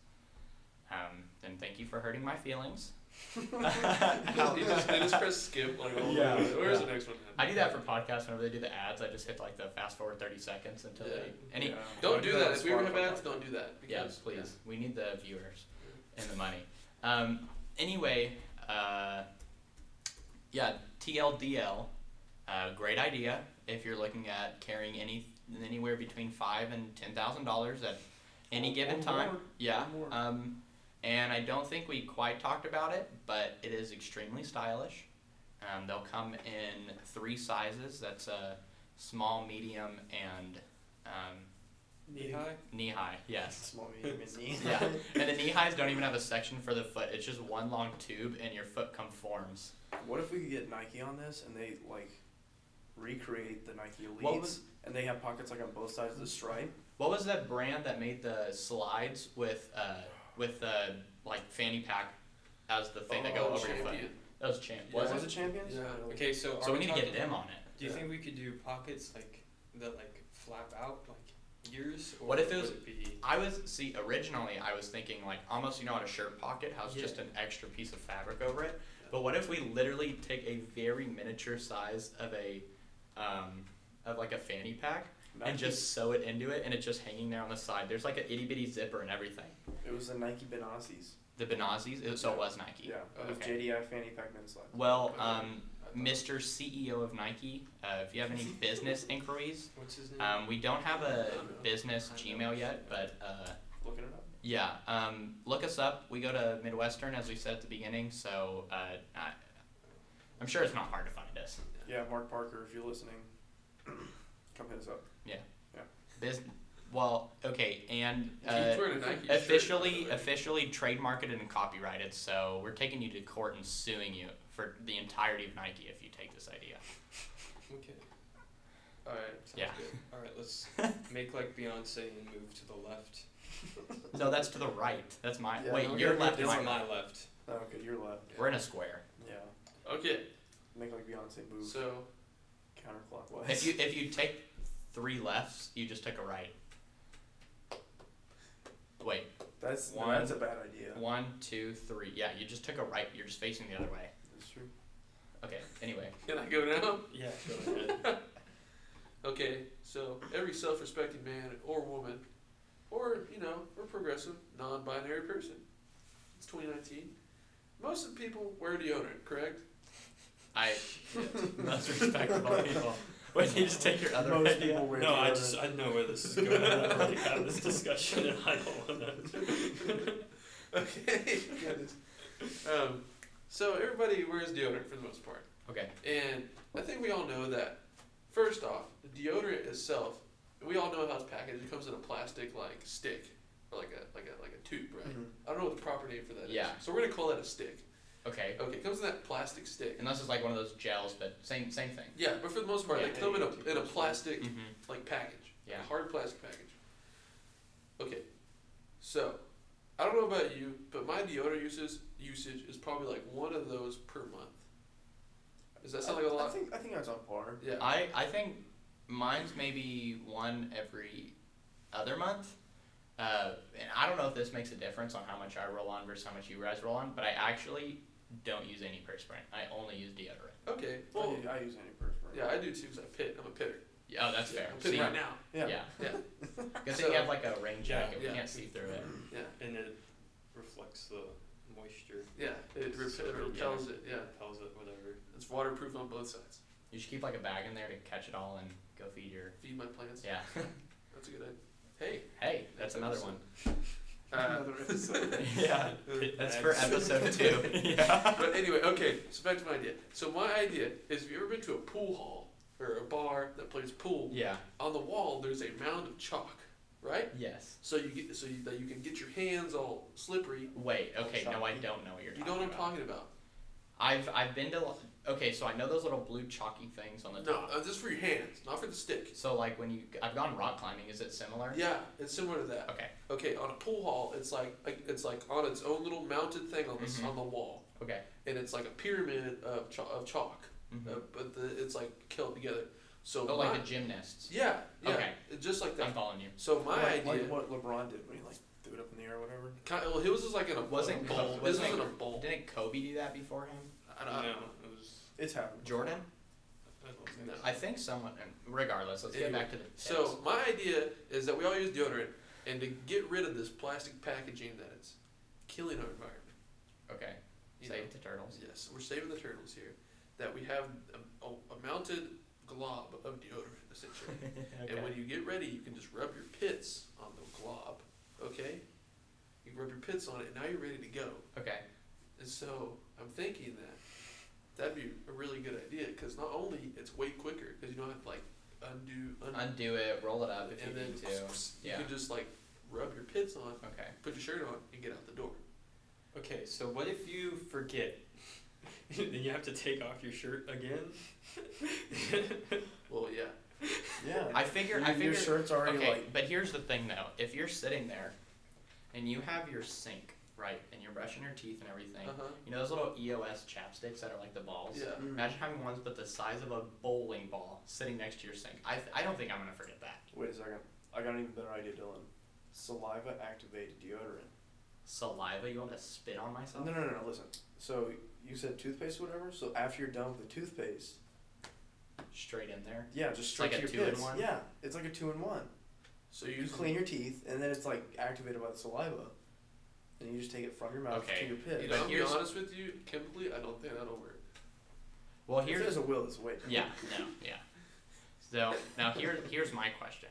[SPEAKER 2] um, then thank you for hurting my feelings.
[SPEAKER 1] You just, you just- they just press skip like all
[SPEAKER 2] Yeah.
[SPEAKER 1] the way. Where's
[SPEAKER 2] Yeah.
[SPEAKER 1] the next one?
[SPEAKER 2] I do that for podcasts whenever they do the ads. I just hit like the fast forward 30 seconds until
[SPEAKER 1] Yeah.
[SPEAKER 2] they. Any,
[SPEAKER 3] Yeah.
[SPEAKER 1] Don't do that.
[SPEAKER 3] on
[SPEAKER 1] If we ever have
[SPEAKER 3] Spotify.
[SPEAKER 1] ads, don't do that.
[SPEAKER 2] Yes,
[SPEAKER 1] Because,
[SPEAKER 2] please. We need the viewers and the money. Um, anyway, uh, yeah, TLDL, uh, great idea if you're looking at carrying any anywhere between five and ten thousand dollars at any
[SPEAKER 3] Or-
[SPEAKER 2] given
[SPEAKER 3] or
[SPEAKER 2] time.
[SPEAKER 3] more.
[SPEAKER 2] Yeah.
[SPEAKER 3] Or more.
[SPEAKER 2] Um, and I don't think we quite talked about it, but it is extremely stylish. Um, they'll come in three sizes. That's a small, medium, and um,
[SPEAKER 4] Knee high.
[SPEAKER 2] knee high. Yes.
[SPEAKER 3] Small medium and knee.
[SPEAKER 2] Yeah, and the knee highs don't even have a section for the foot. It's just one long tube, and your foot conforms.
[SPEAKER 3] What if we could get Nike on this and they like recreate the Nike elites
[SPEAKER 2] What was-
[SPEAKER 3] and they have pockets like on both sides of the stripe?
[SPEAKER 2] What was that brand that made the slides with uh with the like fanny pack as the thing that go
[SPEAKER 1] Oh,
[SPEAKER 2] over your foot?
[SPEAKER 1] champion.
[SPEAKER 2] That was champ.
[SPEAKER 4] Yeah.
[SPEAKER 2] was
[SPEAKER 3] Was
[SPEAKER 2] it?
[SPEAKER 3] it champions?
[SPEAKER 1] Yeah.
[SPEAKER 4] Okay, so are
[SPEAKER 2] So we need to
[SPEAKER 4] talking,
[SPEAKER 2] get them on it.
[SPEAKER 4] Do you
[SPEAKER 1] Yeah.
[SPEAKER 4] think we could do pockets like that, like flap out like years? Or
[SPEAKER 2] What if it was-
[SPEAKER 4] would it be?
[SPEAKER 2] I was see originally I was thinking like almost you know on a shirt pocket has
[SPEAKER 4] Yeah.
[SPEAKER 2] just an extra piece of fabric over it. But what if we literally take a very miniature size of a um, of like a fanny pack and
[SPEAKER 3] Nike-
[SPEAKER 2] just sew it into it, and it's just hanging there on the side. There's like an itty bitty zipper and everything.
[SPEAKER 3] it was the Nike Benassis.
[SPEAKER 2] The Benazis? It- So it was Nike.
[SPEAKER 3] Yeah. It was
[SPEAKER 2] Okay.
[SPEAKER 3] JDI fanny pack men's slide.
[SPEAKER 2] Well,
[SPEAKER 1] Okay.
[SPEAKER 2] um,
[SPEAKER 4] I thought-
[SPEAKER 2] Mr. CEO of Nike, uh, if you have any business inquiries,
[SPEAKER 4] What's his name?
[SPEAKER 2] um, we don't have a
[SPEAKER 4] I know.
[SPEAKER 2] business
[SPEAKER 4] I know.
[SPEAKER 2] Gmail yet, but uh,
[SPEAKER 3] Looking it up.
[SPEAKER 2] yeah, um, look us up. We go to Midwestern, as we said at the beginning, so uh, I, I'm sure it's not hard to find us.
[SPEAKER 3] Yeah, Mark Parker, if you're listening, come hit us up.
[SPEAKER 2] Bus- well, okay, and uh,
[SPEAKER 1] He's wearing a Nike shirt,
[SPEAKER 2] officially,
[SPEAKER 1] by the way.
[SPEAKER 2] officially trademarked and copyrighted, so we're taking you to court and suing you for the entirety of Nike if you take this idea.
[SPEAKER 4] okay.
[SPEAKER 1] All right.
[SPEAKER 4] Sounds
[SPEAKER 2] Yeah.
[SPEAKER 4] good. All right, let's make like Beyonce and move to the left.
[SPEAKER 2] No, that's to the right. That's my
[SPEAKER 3] Yeah,
[SPEAKER 2] wait.
[SPEAKER 3] no,
[SPEAKER 2] your
[SPEAKER 3] yeah,
[SPEAKER 2] left,
[SPEAKER 4] This
[SPEAKER 2] my
[SPEAKER 4] is
[SPEAKER 2] right.
[SPEAKER 4] my left.
[SPEAKER 3] Oh, okay, you're left.
[SPEAKER 2] We're in a square.
[SPEAKER 3] Yeah.
[SPEAKER 1] Okay.
[SPEAKER 3] Make like Beyonce move
[SPEAKER 1] So
[SPEAKER 3] counterclockwise.
[SPEAKER 2] If you if you take three lefts, you just took a right. Wait,
[SPEAKER 3] that's no,
[SPEAKER 2] One.
[SPEAKER 3] that's a bad idea.
[SPEAKER 2] one, two, three. Yeah, you just took a right. You're just facing the other way.
[SPEAKER 3] That's true.
[SPEAKER 2] Okay. Anyway,
[SPEAKER 1] can I go now?
[SPEAKER 4] Yeah, go ahead.
[SPEAKER 1] Okay, so every self-respecting man or woman, or you know, or progressive non-binary person, it's 2019. Most of the people wear deodorant, correct?
[SPEAKER 2] I most respectable people. Wait, you just take your other
[SPEAKER 3] Most
[SPEAKER 2] idea?
[SPEAKER 3] people wear
[SPEAKER 4] No, I
[SPEAKER 3] deodorant.
[SPEAKER 4] just I know where this is going. I've already had this discussion, and I don't want to.
[SPEAKER 1] Okay. um, so everybody wears deodorant for the most part,
[SPEAKER 2] Okay.
[SPEAKER 1] and I think we all know that. First off, the deodorant itself, we all know how it's packaged. It comes in a plastic like stick, or like a like a like a tube, right?
[SPEAKER 3] Mhm.
[SPEAKER 1] I don't know what the proper name for that is.
[SPEAKER 2] Yeah.
[SPEAKER 1] So we're gonna call that a stick.
[SPEAKER 2] Okay.
[SPEAKER 1] Okay, it comes in that plastic stick.
[SPEAKER 2] Unless it's like one of those gels, but same same thing.
[SPEAKER 1] Yeah, but for the most part,
[SPEAKER 4] Yeah,
[SPEAKER 1] they come in
[SPEAKER 4] yeah,
[SPEAKER 1] a in a plastic
[SPEAKER 2] Mm-hmm.
[SPEAKER 1] like package, like
[SPEAKER 2] Yeah.
[SPEAKER 1] a hard plastic package. Okay, so I don't know about you, but my deodorant usage usage is probably like one of those per month. Does that sound
[SPEAKER 3] I,
[SPEAKER 1] like a
[SPEAKER 3] I
[SPEAKER 1] lot?
[SPEAKER 3] think I think that's on par.
[SPEAKER 1] Yeah.
[SPEAKER 2] I I think mine's maybe one every other month. Uh, and I don't know if this makes a difference on how much I roll on versus how much you guys roll on, but I actually don't use any perspirant. I only use deodorant.
[SPEAKER 1] Okay.
[SPEAKER 3] I,
[SPEAKER 1] Well,
[SPEAKER 3] u- I use any perspirant.
[SPEAKER 1] yeah, I do too because I pit. I'm a pitter.
[SPEAKER 2] Yeah, Oh, that's fair.
[SPEAKER 1] I'm
[SPEAKER 2] See,
[SPEAKER 1] pitting right now.
[SPEAKER 2] yeah.
[SPEAKER 3] Yeah.
[SPEAKER 2] Good thing
[SPEAKER 1] So-
[SPEAKER 2] you have like a rain jacket.
[SPEAKER 1] Yeah.
[SPEAKER 2] We can't see through it.
[SPEAKER 1] Yeah.
[SPEAKER 4] And it reflects the moisture,
[SPEAKER 1] Yeah. It, rep-
[SPEAKER 4] So,
[SPEAKER 1] it
[SPEAKER 4] yeah.
[SPEAKER 1] repels it. Yeah.
[SPEAKER 4] repels it, whatever.
[SPEAKER 1] It's waterproof on both sides.
[SPEAKER 2] You should keep like a bag in there to catch it all and go feed your.
[SPEAKER 1] Feed my plants.
[SPEAKER 2] Yeah.
[SPEAKER 1] That's a good idea. Hey.
[SPEAKER 2] hey, that's another one.
[SPEAKER 1] Uh,
[SPEAKER 3] Another episode.
[SPEAKER 2] yeah. That's for episode two. yeah.
[SPEAKER 1] but anyway, okay, so back to my idea. So my idea is if you've ever been to a pool hall or a bar that plays pool,
[SPEAKER 2] Yeah.
[SPEAKER 1] on the wall there's a mound of chalk, right?
[SPEAKER 2] Yes.
[SPEAKER 1] So you get so you, that you can get your hands all slippery.
[SPEAKER 2] Wait. Okay. No, I
[SPEAKER 3] Shocking.
[SPEAKER 2] don't know what you're
[SPEAKER 1] You
[SPEAKER 2] talking
[SPEAKER 1] know what I'm
[SPEAKER 2] about.
[SPEAKER 1] talking about?
[SPEAKER 2] I've I've been to lo- okay, so I know those little blue chalky things on the
[SPEAKER 1] No,
[SPEAKER 2] top.
[SPEAKER 1] uh, just for your hands, not for the stick.
[SPEAKER 2] So like when you I've gone rock climbing, is it similar?
[SPEAKER 1] Yeah, it's similar to that.
[SPEAKER 2] Okay.
[SPEAKER 1] Okay, on a pool hall, it's like like- it's like on its own little mounted thing on the s
[SPEAKER 2] Mhm.
[SPEAKER 1] on the wall,
[SPEAKER 2] Okay.
[SPEAKER 1] and it's like a pyramid of chalk, of chalk,
[SPEAKER 2] hmm
[SPEAKER 1] uh, but the, it's like held together. So
[SPEAKER 2] oh, like
[SPEAKER 1] my-
[SPEAKER 2] the gymnasts.
[SPEAKER 1] yeah, yeah,
[SPEAKER 2] Okay.
[SPEAKER 1] just like
[SPEAKER 2] I'm
[SPEAKER 1] that.
[SPEAKER 2] following you.
[SPEAKER 1] So my
[SPEAKER 3] like,
[SPEAKER 1] idea.
[SPEAKER 3] like what LeBron did when he like threw it up in the air or whatever.
[SPEAKER 1] Kind well, his was like in a
[SPEAKER 2] Wasn't
[SPEAKER 1] bowl.
[SPEAKER 2] Kobe,
[SPEAKER 1] His was
[SPEAKER 2] wasn't
[SPEAKER 1] in a
[SPEAKER 2] it,
[SPEAKER 1] bowl.
[SPEAKER 2] didn't Kobe do that before him?
[SPEAKER 1] I don't,
[SPEAKER 4] No,
[SPEAKER 1] I
[SPEAKER 4] it
[SPEAKER 1] don't know.
[SPEAKER 4] was.
[SPEAKER 3] It's happened.
[SPEAKER 2] Jordan?
[SPEAKER 4] I don't think
[SPEAKER 1] No.
[SPEAKER 4] so.
[SPEAKER 2] I think someone regardless, let's get
[SPEAKER 1] Anyway,
[SPEAKER 2] back to the
[SPEAKER 1] So my idea is that we all use deodorant, and to get rid of this plastic packaging that it's killing our environment.
[SPEAKER 2] Okay.
[SPEAKER 1] you know?
[SPEAKER 2] Save the turtles.
[SPEAKER 1] Yes, we're saving the turtles here. That we have a, a, a mounted glob of deodorant essentially, and when you get ready, you can just rub your pits on the glob. Okay, you rub your pits on it, and now you're ready to go.
[SPEAKER 2] Okay.
[SPEAKER 1] And so I'm thinking that that'd be a really good idea because not only it's way quicker because you don't have to like undo, undo,
[SPEAKER 2] Undo it, roll it up if
[SPEAKER 1] and
[SPEAKER 2] you
[SPEAKER 1] then
[SPEAKER 2] need to.
[SPEAKER 1] you
[SPEAKER 2] Yeah.
[SPEAKER 1] can just like rub your pits on,
[SPEAKER 2] Okay.
[SPEAKER 1] put your shirt on, and get out the door.
[SPEAKER 4] Okay, so what if you forget? then you have to take off your shirt again.
[SPEAKER 1] Well, yeah,
[SPEAKER 3] Yeah.
[SPEAKER 2] I figure
[SPEAKER 3] your,
[SPEAKER 2] I figure
[SPEAKER 3] your shirt's already
[SPEAKER 2] Okay,
[SPEAKER 3] like
[SPEAKER 2] but here's the thing though. If you're sitting there and you have your sink, right, and you're brushing your teeth and everything,
[SPEAKER 3] Uh-huh.
[SPEAKER 1] uh huh,
[SPEAKER 2] you know those little EOS chapsticks that are like the balls?
[SPEAKER 1] yeah.
[SPEAKER 3] Mm.
[SPEAKER 2] Imagine having ones but the size of a bowling ball sitting next to your sink. I, I don't think I'm gonna forget that.
[SPEAKER 3] Wait a second. I got an even better idea, Dylan. Saliva activated deodorant.
[SPEAKER 2] Saliva, you want to spit on myself?
[SPEAKER 3] No, no, no, no. Listen. So you said toothpaste, or whatever. So after you're done with the toothpaste,
[SPEAKER 2] Straight in there.
[SPEAKER 3] yeah, just straight
[SPEAKER 2] like
[SPEAKER 3] to
[SPEAKER 2] a
[SPEAKER 3] your
[SPEAKER 2] two-in-one?
[SPEAKER 3] pits. Yeah, it's like a two in one.
[SPEAKER 1] So
[SPEAKER 3] You
[SPEAKER 1] you
[SPEAKER 3] clean your teeth, and then it's like activated by the saliva. and you just take it from your mouth
[SPEAKER 2] Okay.
[SPEAKER 3] to your pit.
[SPEAKER 2] Yeah,
[SPEAKER 1] You
[SPEAKER 2] but
[SPEAKER 1] know, I'll be
[SPEAKER 2] here's-
[SPEAKER 1] honest with you, chemically, I don't think that'll work.
[SPEAKER 2] Well,
[SPEAKER 3] if
[SPEAKER 2] here's
[SPEAKER 3] there's a will, there's a way.
[SPEAKER 2] yeah, no, yeah. So now here, here's my question.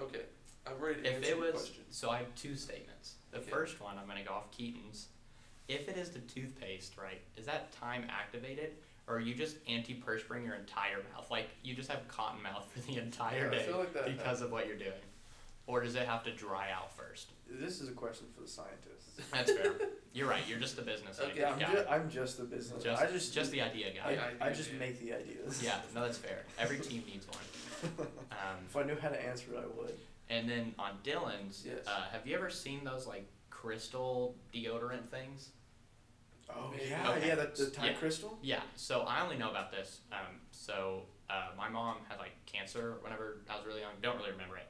[SPEAKER 1] Okay, I'm ready to
[SPEAKER 2] If
[SPEAKER 1] answer
[SPEAKER 2] it
[SPEAKER 1] your
[SPEAKER 2] was,
[SPEAKER 1] question.
[SPEAKER 2] so I have two statements. The
[SPEAKER 1] Okay.
[SPEAKER 2] first one, I'm gonna go off Keaton's. If it is the toothpaste, right, is that time activated, or are you just antiperspirant your entire mouth? Like you just have cotton mouth for the entire
[SPEAKER 1] Yeah, I
[SPEAKER 2] day
[SPEAKER 1] feel like that-
[SPEAKER 2] because of what you're doing, or does it have to dry out first?
[SPEAKER 3] This is a question for the scientists.
[SPEAKER 2] That's fair. you're right. You're just a business.
[SPEAKER 1] Okay,
[SPEAKER 2] idea.
[SPEAKER 3] I'm,
[SPEAKER 2] Got
[SPEAKER 3] ju-
[SPEAKER 2] it.
[SPEAKER 3] I'm just the business.
[SPEAKER 2] Just,
[SPEAKER 3] I just
[SPEAKER 2] just the idea guy.
[SPEAKER 3] I,
[SPEAKER 1] Yeah, I
[SPEAKER 3] I
[SPEAKER 1] do,
[SPEAKER 3] just
[SPEAKER 1] yeah.
[SPEAKER 3] make the ideas.
[SPEAKER 2] Yeah, no, that's fair. Every team needs one. Um,
[SPEAKER 3] if I knew how to answer it, I would.
[SPEAKER 2] and then on Dylan's,
[SPEAKER 1] Yes.
[SPEAKER 2] uh, have you ever seen those like crystal deodorant things?
[SPEAKER 3] Oh
[SPEAKER 1] Maybe.
[SPEAKER 3] yeah,
[SPEAKER 2] Okay.
[SPEAKER 3] yeah. The, the time
[SPEAKER 2] Yeah.
[SPEAKER 3] crystal.
[SPEAKER 2] Yeah. So I only know about this. Um, so uh, my mom had like cancer whenever I was really young. Don't really remember it.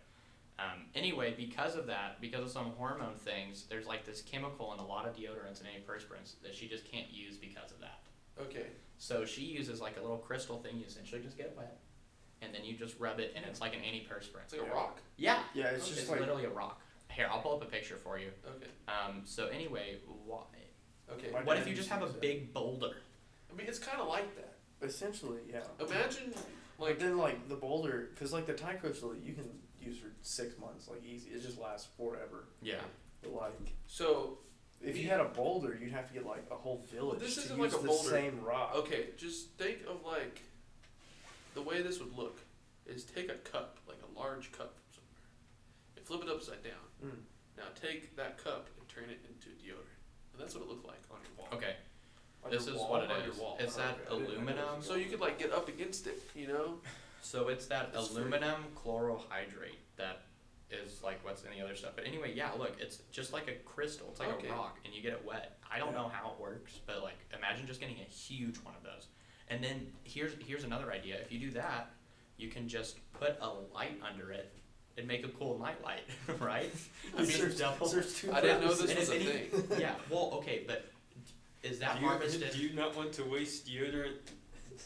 [SPEAKER 2] Um, anyway, because of that, because of some hormone things, there's like this chemical in a lot of deodorants and antiperspirants that she just can't use because of that.
[SPEAKER 1] Okay,
[SPEAKER 2] So she uses like a little crystal thing. You essentially just get wet, and then you just rub it, and it's like an antiperspirant.
[SPEAKER 1] it's like a
[SPEAKER 3] Yeah.
[SPEAKER 1] rock.
[SPEAKER 2] Yeah,
[SPEAKER 3] Yeah, it's
[SPEAKER 1] Okay.
[SPEAKER 2] it's
[SPEAKER 3] just like
[SPEAKER 2] literally a rock. Here, I'll pull up a picture for you.
[SPEAKER 1] Okay,
[SPEAKER 2] Um, so anyway, why,
[SPEAKER 1] okay.
[SPEAKER 3] My
[SPEAKER 2] what
[SPEAKER 3] dad
[SPEAKER 2] if you
[SPEAKER 3] used
[SPEAKER 2] just
[SPEAKER 3] to
[SPEAKER 2] have a
[SPEAKER 3] use that.
[SPEAKER 2] big boulder?
[SPEAKER 1] I mean, it's kind of like that.
[SPEAKER 3] essentially yeah.
[SPEAKER 1] Imagine,
[SPEAKER 3] Like
[SPEAKER 1] Oh, like,
[SPEAKER 3] then like the boulder, because like the time crystal you can use for six months, like easy. It just lasts forever.
[SPEAKER 2] Yeah.
[SPEAKER 3] But like
[SPEAKER 1] so,
[SPEAKER 3] if
[SPEAKER 1] We-
[SPEAKER 3] you had a boulder, you'd have to get like a whole village
[SPEAKER 1] this
[SPEAKER 3] to
[SPEAKER 1] isn't like
[SPEAKER 3] use
[SPEAKER 1] a
[SPEAKER 3] the
[SPEAKER 1] boulder. Oh,
[SPEAKER 3] same rock.
[SPEAKER 1] okay, just think of, like, the way this would look is take a cup, like a large cup from somewhere, and flip it upside down.
[SPEAKER 3] Mm.
[SPEAKER 1] Now take that cup and turn it into deodorant. And that's what it looked like on your wall.
[SPEAKER 2] Okay.
[SPEAKER 3] On
[SPEAKER 2] This
[SPEAKER 3] your
[SPEAKER 2] is
[SPEAKER 3] wall,
[SPEAKER 2] what it
[SPEAKER 1] on your
[SPEAKER 2] is.
[SPEAKER 1] wall.
[SPEAKER 2] It's that
[SPEAKER 3] Okay.
[SPEAKER 2] aluminum.
[SPEAKER 1] So you could, like, get up against it, you know?
[SPEAKER 2] So it's that
[SPEAKER 1] It's free.
[SPEAKER 2] aluminum chlorohydrate that is like what's in the other stuff. But anyway, yeah. Look, it's just like a crystal. It's like
[SPEAKER 1] Okay.
[SPEAKER 2] a rock, and you get it wet. I don't
[SPEAKER 3] Yeah.
[SPEAKER 2] know how it works, but like imagine just getting a huge one of those. And then here's here's another idea. If you do that, you can just put a light under it and make a cool night light, right? I mean,
[SPEAKER 3] There's-
[SPEAKER 2] double.
[SPEAKER 3] there's two
[SPEAKER 1] I didn't know
[SPEAKER 3] routes.
[SPEAKER 1] this
[SPEAKER 2] And
[SPEAKER 1] was a
[SPEAKER 2] if any-
[SPEAKER 1] thing.
[SPEAKER 2] yeah. Well, okay, but is that
[SPEAKER 4] do, you,
[SPEAKER 2] harvested?
[SPEAKER 4] do you not want to waste deodorant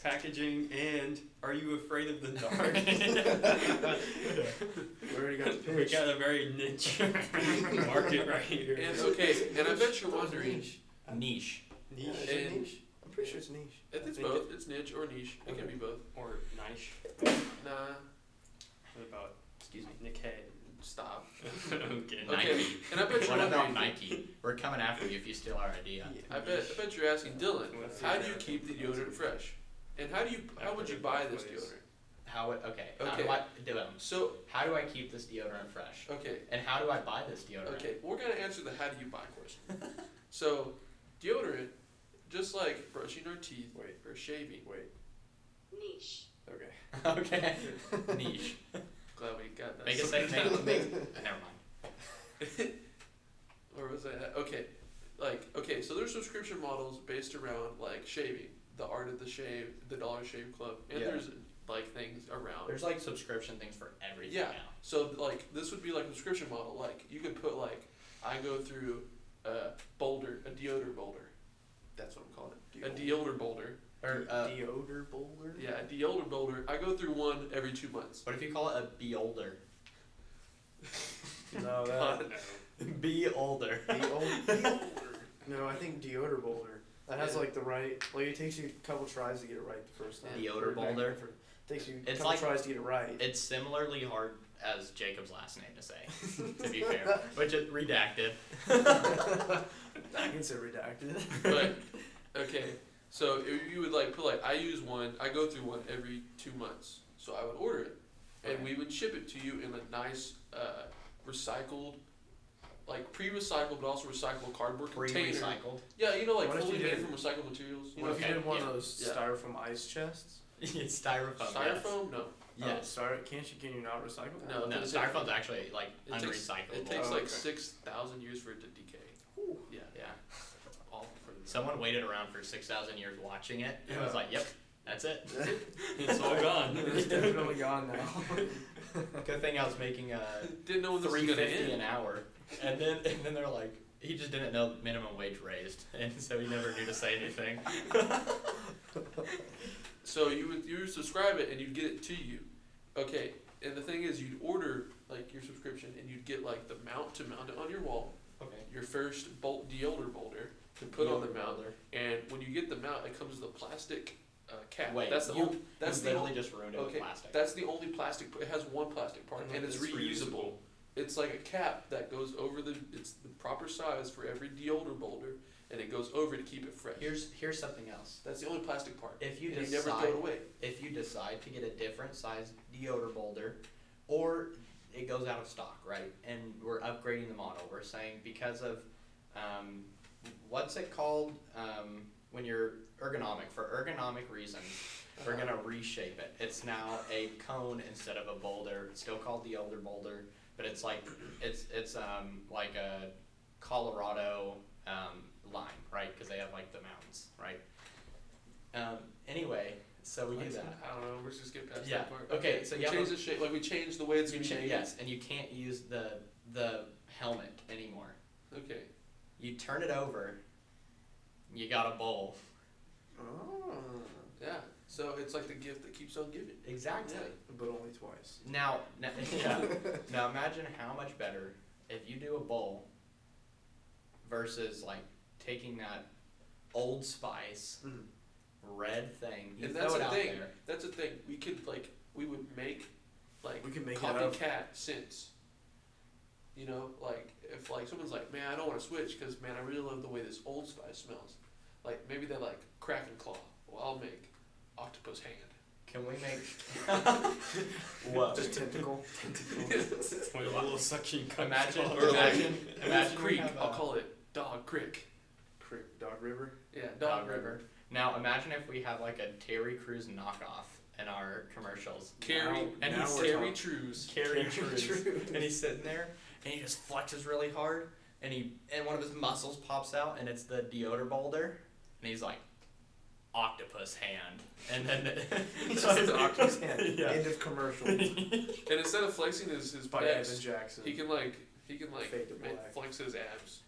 [SPEAKER 4] packaging? And are you afraid of the dark?
[SPEAKER 3] We already got the
[SPEAKER 4] we
[SPEAKER 3] pitch.
[SPEAKER 4] got a very niche market right here.
[SPEAKER 1] And okay, and I bet you're wondering,
[SPEAKER 2] Niche.
[SPEAKER 3] Yeah,
[SPEAKER 4] niche
[SPEAKER 3] is it
[SPEAKER 1] And-
[SPEAKER 3] niche? I'm pretty sure it's niche.
[SPEAKER 1] if it's
[SPEAKER 3] I think
[SPEAKER 1] both, it's niche or niche. It can be both.
[SPEAKER 4] or niche.
[SPEAKER 1] Nah,
[SPEAKER 4] What about
[SPEAKER 2] Excuse me.
[SPEAKER 4] Nikkei?
[SPEAKER 1] stop.
[SPEAKER 4] okay,
[SPEAKER 1] Okay,
[SPEAKER 4] Nike.
[SPEAKER 1] and I bet you're
[SPEAKER 2] What about
[SPEAKER 1] wondering.
[SPEAKER 2] Nike? We're coming after you if you steal our idea.
[SPEAKER 3] Yeah.
[SPEAKER 1] I bet, I bet you're asking Dylan,
[SPEAKER 4] Let's
[SPEAKER 1] how
[SPEAKER 4] see.
[SPEAKER 1] do you keep the deodorant fresh? And how do you, how would you buy this deodorant?
[SPEAKER 2] How would okay?
[SPEAKER 1] Okay.
[SPEAKER 2] Uh, what, Dylan,
[SPEAKER 1] So,
[SPEAKER 2] how do I keep this deodorant fresh?
[SPEAKER 1] okay,
[SPEAKER 2] And how do I buy this deodorant?
[SPEAKER 1] okay, we're gonna answer the how do you buy question. So, deodorant, just like brushing our teeth
[SPEAKER 3] Wait,
[SPEAKER 1] or shaving.
[SPEAKER 3] wait.
[SPEAKER 5] Niche.
[SPEAKER 3] Okay.
[SPEAKER 2] okay. Niche.
[SPEAKER 1] Glad we got that.
[SPEAKER 2] Make it say make, make. Never mind.
[SPEAKER 1] Where was I at? Okay. Like, okay, so there's subscription models based around like shaving, the art of the shave, the Dollar Shave Club, and
[SPEAKER 2] Yeah.
[SPEAKER 1] there's like things around.
[SPEAKER 2] There's like subscription things for everything
[SPEAKER 1] Yeah.
[SPEAKER 2] now.
[SPEAKER 1] so like this would be like a subscription model. Like you could put like I go through a boulder, a deodor boulder. That's what I'm calling it. A deodor boulder.
[SPEAKER 2] Or uh,
[SPEAKER 3] deodor boulder.
[SPEAKER 1] Yeah, a deodor boulder. I go through one every two months.
[SPEAKER 2] what if you call it a be older?
[SPEAKER 3] No, that,
[SPEAKER 1] God.
[SPEAKER 2] be older.
[SPEAKER 3] deod- deodor. No, I think deodor boulder. That has
[SPEAKER 1] Yeah.
[SPEAKER 3] like the right. Like it takes you a couple tries to get it right the first time.
[SPEAKER 2] Deodor
[SPEAKER 3] Or back and
[SPEAKER 2] boulder?
[SPEAKER 3] forth. Takes you a
[SPEAKER 2] It's
[SPEAKER 3] couple
[SPEAKER 2] like-
[SPEAKER 3] tries to get it right.
[SPEAKER 2] It's similarly hard as Jacob's last name to say, to be fair, which is redacted.
[SPEAKER 3] I can say redacted.
[SPEAKER 1] But okay, so if you would like put like I use one, I go through one every two months. So I would order it, and
[SPEAKER 3] Okay.
[SPEAKER 1] we would ship it to you in a nice uh, recycled, like pre-recycled but also recyclable cardboard container.
[SPEAKER 2] Pre-recycled.
[SPEAKER 1] Yeah, you know, like
[SPEAKER 3] What if
[SPEAKER 1] fully
[SPEAKER 3] you
[SPEAKER 1] made
[SPEAKER 3] did-
[SPEAKER 1] from recycled materials. You
[SPEAKER 3] You know,
[SPEAKER 1] know,
[SPEAKER 3] if you
[SPEAKER 2] Okay,
[SPEAKER 3] did one
[SPEAKER 2] yeah.
[SPEAKER 3] of those
[SPEAKER 1] Yeah.
[SPEAKER 3] styrofoam ice chests.
[SPEAKER 2] it's styrofoam. yes.
[SPEAKER 1] styrofoam? No,
[SPEAKER 2] Yes.
[SPEAKER 3] Oh, styro- can't you can you not recycle? that?
[SPEAKER 1] No.
[SPEAKER 2] No,
[SPEAKER 1] it takes-
[SPEAKER 2] styrofoam's actually like
[SPEAKER 1] it takes
[SPEAKER 2] unrecyclable.
[SPEAKER 1] it takes
[SPEAKER 3] Oh,
[SPEAKER 1] like
[SPEAKER 3] okay.
[SPEAKER 1] six thousand years for it to decay.
[SPEAKER 3] Ooh.
[SPEAKER 1] Yeah,
[SPEAKER 2] yeah.
[SPEAKER 1] all for the
[SPEAKER 2] Someone waited around for six thousand years watching it and was
[SPEAKER 3] Yeah.
[SPEAKER 2] like, "Yep, that's it."
[SPEAKER 4] It's all gone.
[SPEAKER 3] it's definitely gone now.
[SPEAKER 2] Good thing I was making uh,
[SPEAKER 1] Didn't know when this was
[SPEAKER 2] three
[SPEAKER 1] gonna
[SPEAKER 2] fifty an
[SPEAKER 1] end.
[SPEAKER 2] hour, and then and then they're like, he just didn't know minimum wage raised, and so he never knew to say anything.
[SPEAKER 1] So you would you would subscribe it and you'd get it to you. Okay. And the thing is you'd order like your subscription and you'd get like the mount to mount it on your wall Okay. Your first bolt deodor boulder to put on the mount, and when you get the mount, it comes with a plastic uh, cap.
[SPEAKER 2] Wait,
[SPEAKER 1] that's the
[SPEAKER 2] you-
[SPEAKER 1] whole. That's
[SPEAKER 2] you
[SPEAKER 1] the
[SPEAKER 2] literally just ruined it
[SPEAKER 1] Okay,
[SPEAKER 2] with plastic.
[SPEAKER 1] That's the only plastic. It has one plastic part,
[SPEAKER 4] Mhm.
[SPEAKER 1] and it's,
[SPEAKER 4] It's
[SPEAKER 1] reusable.
[SPEAKER 4] reusable.
[SPEAKER 1] It's like a cap that goes over the. It's the proper size for every deodor boulder, and it goes over to keep it fresh.
[SPEAKER 2] Here's here's something else.
[SPEAKER 1] That's the only plastic part.
[SPEAKER 2] If you
[SPEAKER 1] and
[SPEAKER 2] decide
[SPEAKER 1] you never throw it away.
[SPEAKER 2] if you decide to get a different size deodor boulder, or it goes out of stock, right? And we're upgrading the model. We're saying because of um, what's it called um, when you're ergonomic for ergonomic reasons, we're gonna reshape it. It's now a cone instead of a boulder. It's still called the elder boulder, but it's like it's it's um, like a Colorado um, lime, right? Because they have like the mountains, right? Um, anyway, so we do that.
[SPEAKER 1] I don't know. We're just get past
[SPEAKER 2] Yeah,
[SPEAKER 1] that part.
[SPEAKER 2] okay, so
[SPEAKER 1] we
[SPEAKER 2] you have
[SPEAKER 1] change
[SPEAKER 2] a-
[SPEAKER 1] the shape. Like we change the way it's
[SPEAKER 2] You
[SPEAKER 1] gonna be
[SPEAKER 2] cha-
[SPEAKER 1] made.
[SPEAKER 2] yes, and you can't use the the helmet anymore.
[SPEAKER 1] Okay.
[SPEAKER 2] You turn it over. You got a bowl.
[SPEAKER 3] Oh,
[SPEAKER 1] Yeah. So it's like the gift that keeps on giving.
[SPEAKER 2] Exactly.
[SPEAKER 3] but only twice.
[SPEAKER 2] Now, now, yeah. now imagine how much better if you do a bowl versus like taking that old spice
[SPEAKER 3] Mm.
[SPEAKER 2] red thing. You
[SPEAKER 1] And
[SPEAKER 2] throw
[SPEAKER 1] that's
[SPEAKER 2] it
[SPEAKER 1] the
[SPEAKER 2] out
[SPEAKER 1] thing.
[SPEAKER 2] there.
[SPEAKER 1] That's the thing. We could like we would make like
[SPEAKER 3] We can make it out of-
[SPEAKER 1] copycat scents. You know, like if like someone's like, man, I don't want to switch because man, I really love the way this Old Spice smells. Like maybe they like crack and claw. Well, I'll make octopus hand.
[SPEAKER 2] Can we make what?
[SPEAKER 3] Just tentacle.
[SPEAKER 4] With a little suction cup.
[SPEAKER 2] Imagine,
[SPEAKER 4] called-
[SPEAKER 1] Or like-
[SPEAKER 2] imagine, imagine we
[SPEAKER 1] Creek.
[SPEAKER 2] have
[SPEAKER 1] I'll
[SPEAKER 2] a-
[SPEAKER 1] call it Dog Creek.
[SPEAKER 3] Creek, Dog River.
[SPEAKER 1] Yeah, Dog,
[SPEAKER 2] Dog River. Now imagine if we had like a Terry Crews knockoff in our commercials.
[SPEAKER 1] Carrie
[SPEAKER 3] Now-
[SPEAKER 1] and
[SPEAKER 3] now
[SPEAKER 1] he's
[SPEAKER 3] we're
[SPEAKER 1] Carrie
[SPEAKER 3] talking.
[SPEAKER 1] Trues.
[SPEAKER 2] Terry Crews.
[SPEAKER 3] Crews.
[SPEAKER 2] And he's sitting there and he just flexes really hard and he and one of his muscles pops out and it's the deodor boulder and he's like octopus hand and then
[SPEAKER 3] He just says octopus hand.
[SPEAKER 2] Yeah.
[SPEAKER 3] End of commercial. By
[SPEAKER 1] And instead of flexing his his
[SPEAKER 3] Evan
[SPEAKER 1] pecs,
[SPEAKER 3] Jackson.
[SPEAKER 1] he can like he can like
[SPEAKER 3] Fade to
[SPEAKER 1] man,
[SPEAKER 3] black.
[SPEAKER 1] flex his abs.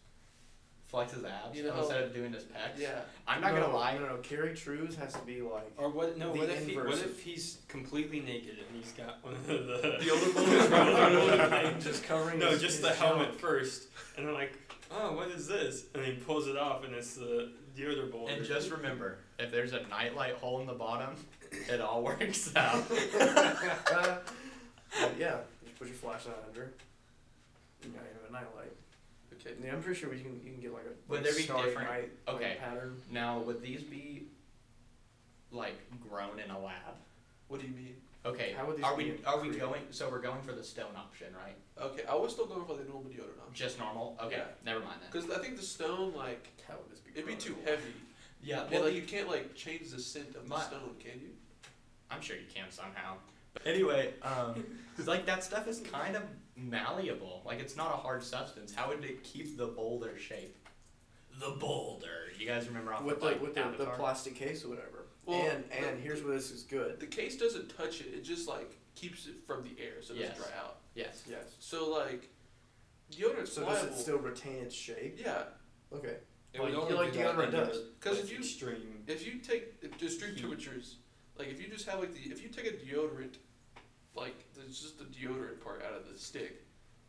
[SPEAKER 2] Flex his abs
[SPEAKER 1] You know-
[SPEAKER 2] instead of doing his pecs.
[SPEAKER 1] Yeah.
[SPEAKER 2] I'm not
[SPEAKER 3] no,
[SPEAKER 2] gonna lie.
[SPEAKER 3] No, no, Carrie Trues has to be like.
[SPEAKER 4] Or what? No.
[SPEAKER 3] The
[SPEAKER 4] What if he? What
[SPEAKER 3] inverse of-
[SPEAKER 4] if he's completely naked and he's got one of the
[SPEAKER 1] The other
[SPEAKER 4] one?
[SPEAKER 3] just covering.
[SPEAKER 4] No,
[SPEAKER 3] his-
[SPEAKER 4] just
[SPEAKER 3] his
[SPEAKER 4] the helmet
[SPEAKER 3] junk.
[SPEAKER 4] first, and I'm like, oh, what is this? And he pulls it off, and it's the deodorant boulder.
[SPEAKER 2] And just remember, if there's a nightlight hole in the bottom, it all works out.
[SPEAKER 3] yeah, just put your flashlight under. And now you have a nightlight.
[SPEAKER 1] Okay.
[SPEAKER 3] Yeah, I'm pretty sure we can you can get like a
[SPEAKER 2] Would
[SPEAKER 3] like
[SPEAKER 2] there be
[SPEAKER 3] starry
[SPEAKER 2] different-
[SPEAKER 3] night like,
[SPEAKER 2] okay.
[SPEAKER 3] pattern.
[SPEAKER 2] Now, would these be like grown in a lab?
[SPEAKER 1] What do you mean?
[SPEAKER 2] Okay,
[SPEAKER 3] How would these
[SPEAKER 2] are
[SPEAKER 3] be
[SPEAKER 2] we are we
[SPEAKER 3] created?
[SPEAKER 2] going? So we're going for the stone option, right?
[SPEAKER 1] Okay, I was still going for the normal deodorant.
[SPEAKER 2] Just normal. Okay,
[SPEAKER 1] Yeah.
[SPEAKER 2] never mind then.
[SPEAKER 1] Because I think the stone, like,
[SPEAKER 3] How would this be?
[SPEAKER 1] it'd be
[SPEAKER 3] grown?
[SPEAKER 1] too heavy.
[SPEAKER 2] Yeah,
[SPEAKER 1] And,
[SPEAKER 2] well,
[SPEAKER 1] like,
[SPEAKER 2] you-
[SPEAKER 1] you can't, like, change the scent of the
[SPEAKER 2] My-
[SPEAKER 1] stone, can you?
[SPEAKER 2] I'm sure you can somehow. Anyway, um, like that stuff is kind of malleable. Like it's not a hard substance. How would it keep the boulder shape? The boulder. You guys remember off
[SPEAKER 3] with
[SPEAKER 2] of,
[SPEAKER 3] like with the, the
[SPEAKER 2] Avatar?
[SPEAKER 3] plastic case or whatever.
[SPEAKER 1] Well,
[SPEAKER 3] and
[SPEAKER 1] the-
[SPEAKER 3] and here's where this is good.
[SPEAKER 1] The case doesn't touch it, it just, like, keeps it from the air so it
[SPEAKER 2] Yes.
[SPEAKER 1] doesn't dry out.
[SPEAKER 2] Yes.
[SPEAKER 3] Yes.
[SPEAKER 1] So, like, deodorant's
[SPEAKER 3] So does
[SPEAKER 1] pliable.
[SPEAKER 3] it still retain its shape?
[SPEAKER 1] yeah,
[SPEAKER 3] Okay.
[SPEAKER 4] It
[SPEAKER 3] Like-
[SPEAKER 4] would only
[SPEAKER 3] like
[SPEAKER 4] be that
[SPEAKER 3] deodorant
[SPEAKER 4] under
[SPEAKER 3] does.
[SPEAKER 4] the-
[SPEAKER 1] 'Cause
[SPEAKER 4] like
[SPEAKER 1] if you-
[SPEAKER 4] extreme.
[SPEAKER 1] if you take if just room
[SPEAKER 4] Heat.
[SPEAKER 1] temperatures, like, if you just have, like, the, if you take a deodorant, like, there's just the deodorant part out of the stick,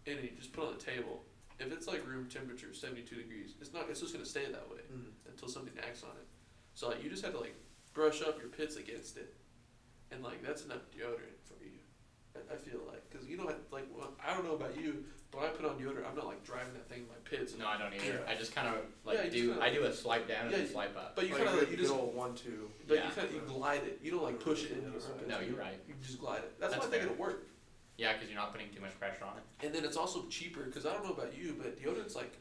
[SPEAKER 1] and you just put it on the table, if it's, like, room temperature, 72 degrees, it's not, it's just going to stay that way.
[SPEAKER 3] Mm.
[SPEAKER 1] until something acts on it. So like, you just have to like brush up your pits against it, and like that's enough deodorant for you. I, I feel like because you know what, like well, I don't know about you, but when I put on deodorant, I'm not like driving that thing in my pits. And,
[SPEAKER 2] No, I don't either. I just kind of like
[SPEAKER 1] Yeah, you
[SPEAKER 2] do.
[SPEAKER 1] just
[SPEAKER 2] I
[SPEAKER 1] kinda-
[SPEAKER 2] do a swipe down
[SPEAKER 1] Yeah,
[SPEAKER 2] and
[SPEAKER 1] you-
[SPEAKER 2] a swipe up.
[SPEAKER 1] But you
[SPEAKER 3] Like
[SPEAKER 1] kind of
[SPEAKER 3] good-
[SPEAKER 1] like, you
[SPEAKER 3] good
[SPEAKER 1] just
[SPEAKER 3] old one two.
[SPEAKER 1] but
[SPEAKER 2] yeah.
[SPEAKER 1] you kind of you glide it. You don't like push it into your own pits.
[SPEAKER 2] No, you're right.
[SPEAKER 1] You just glide it. That's,
[SPEAKER 2] That's
[SPEAKER 1] why I think
[SPEAKER 2] fair.
[SPEAKER 1] it'll work.
[SPEAKER 2] Yeah, because you're not putting too much pressure on it.
[SPEAKER 1] And then it's also cheaper because I don't know about you, but deodorant's like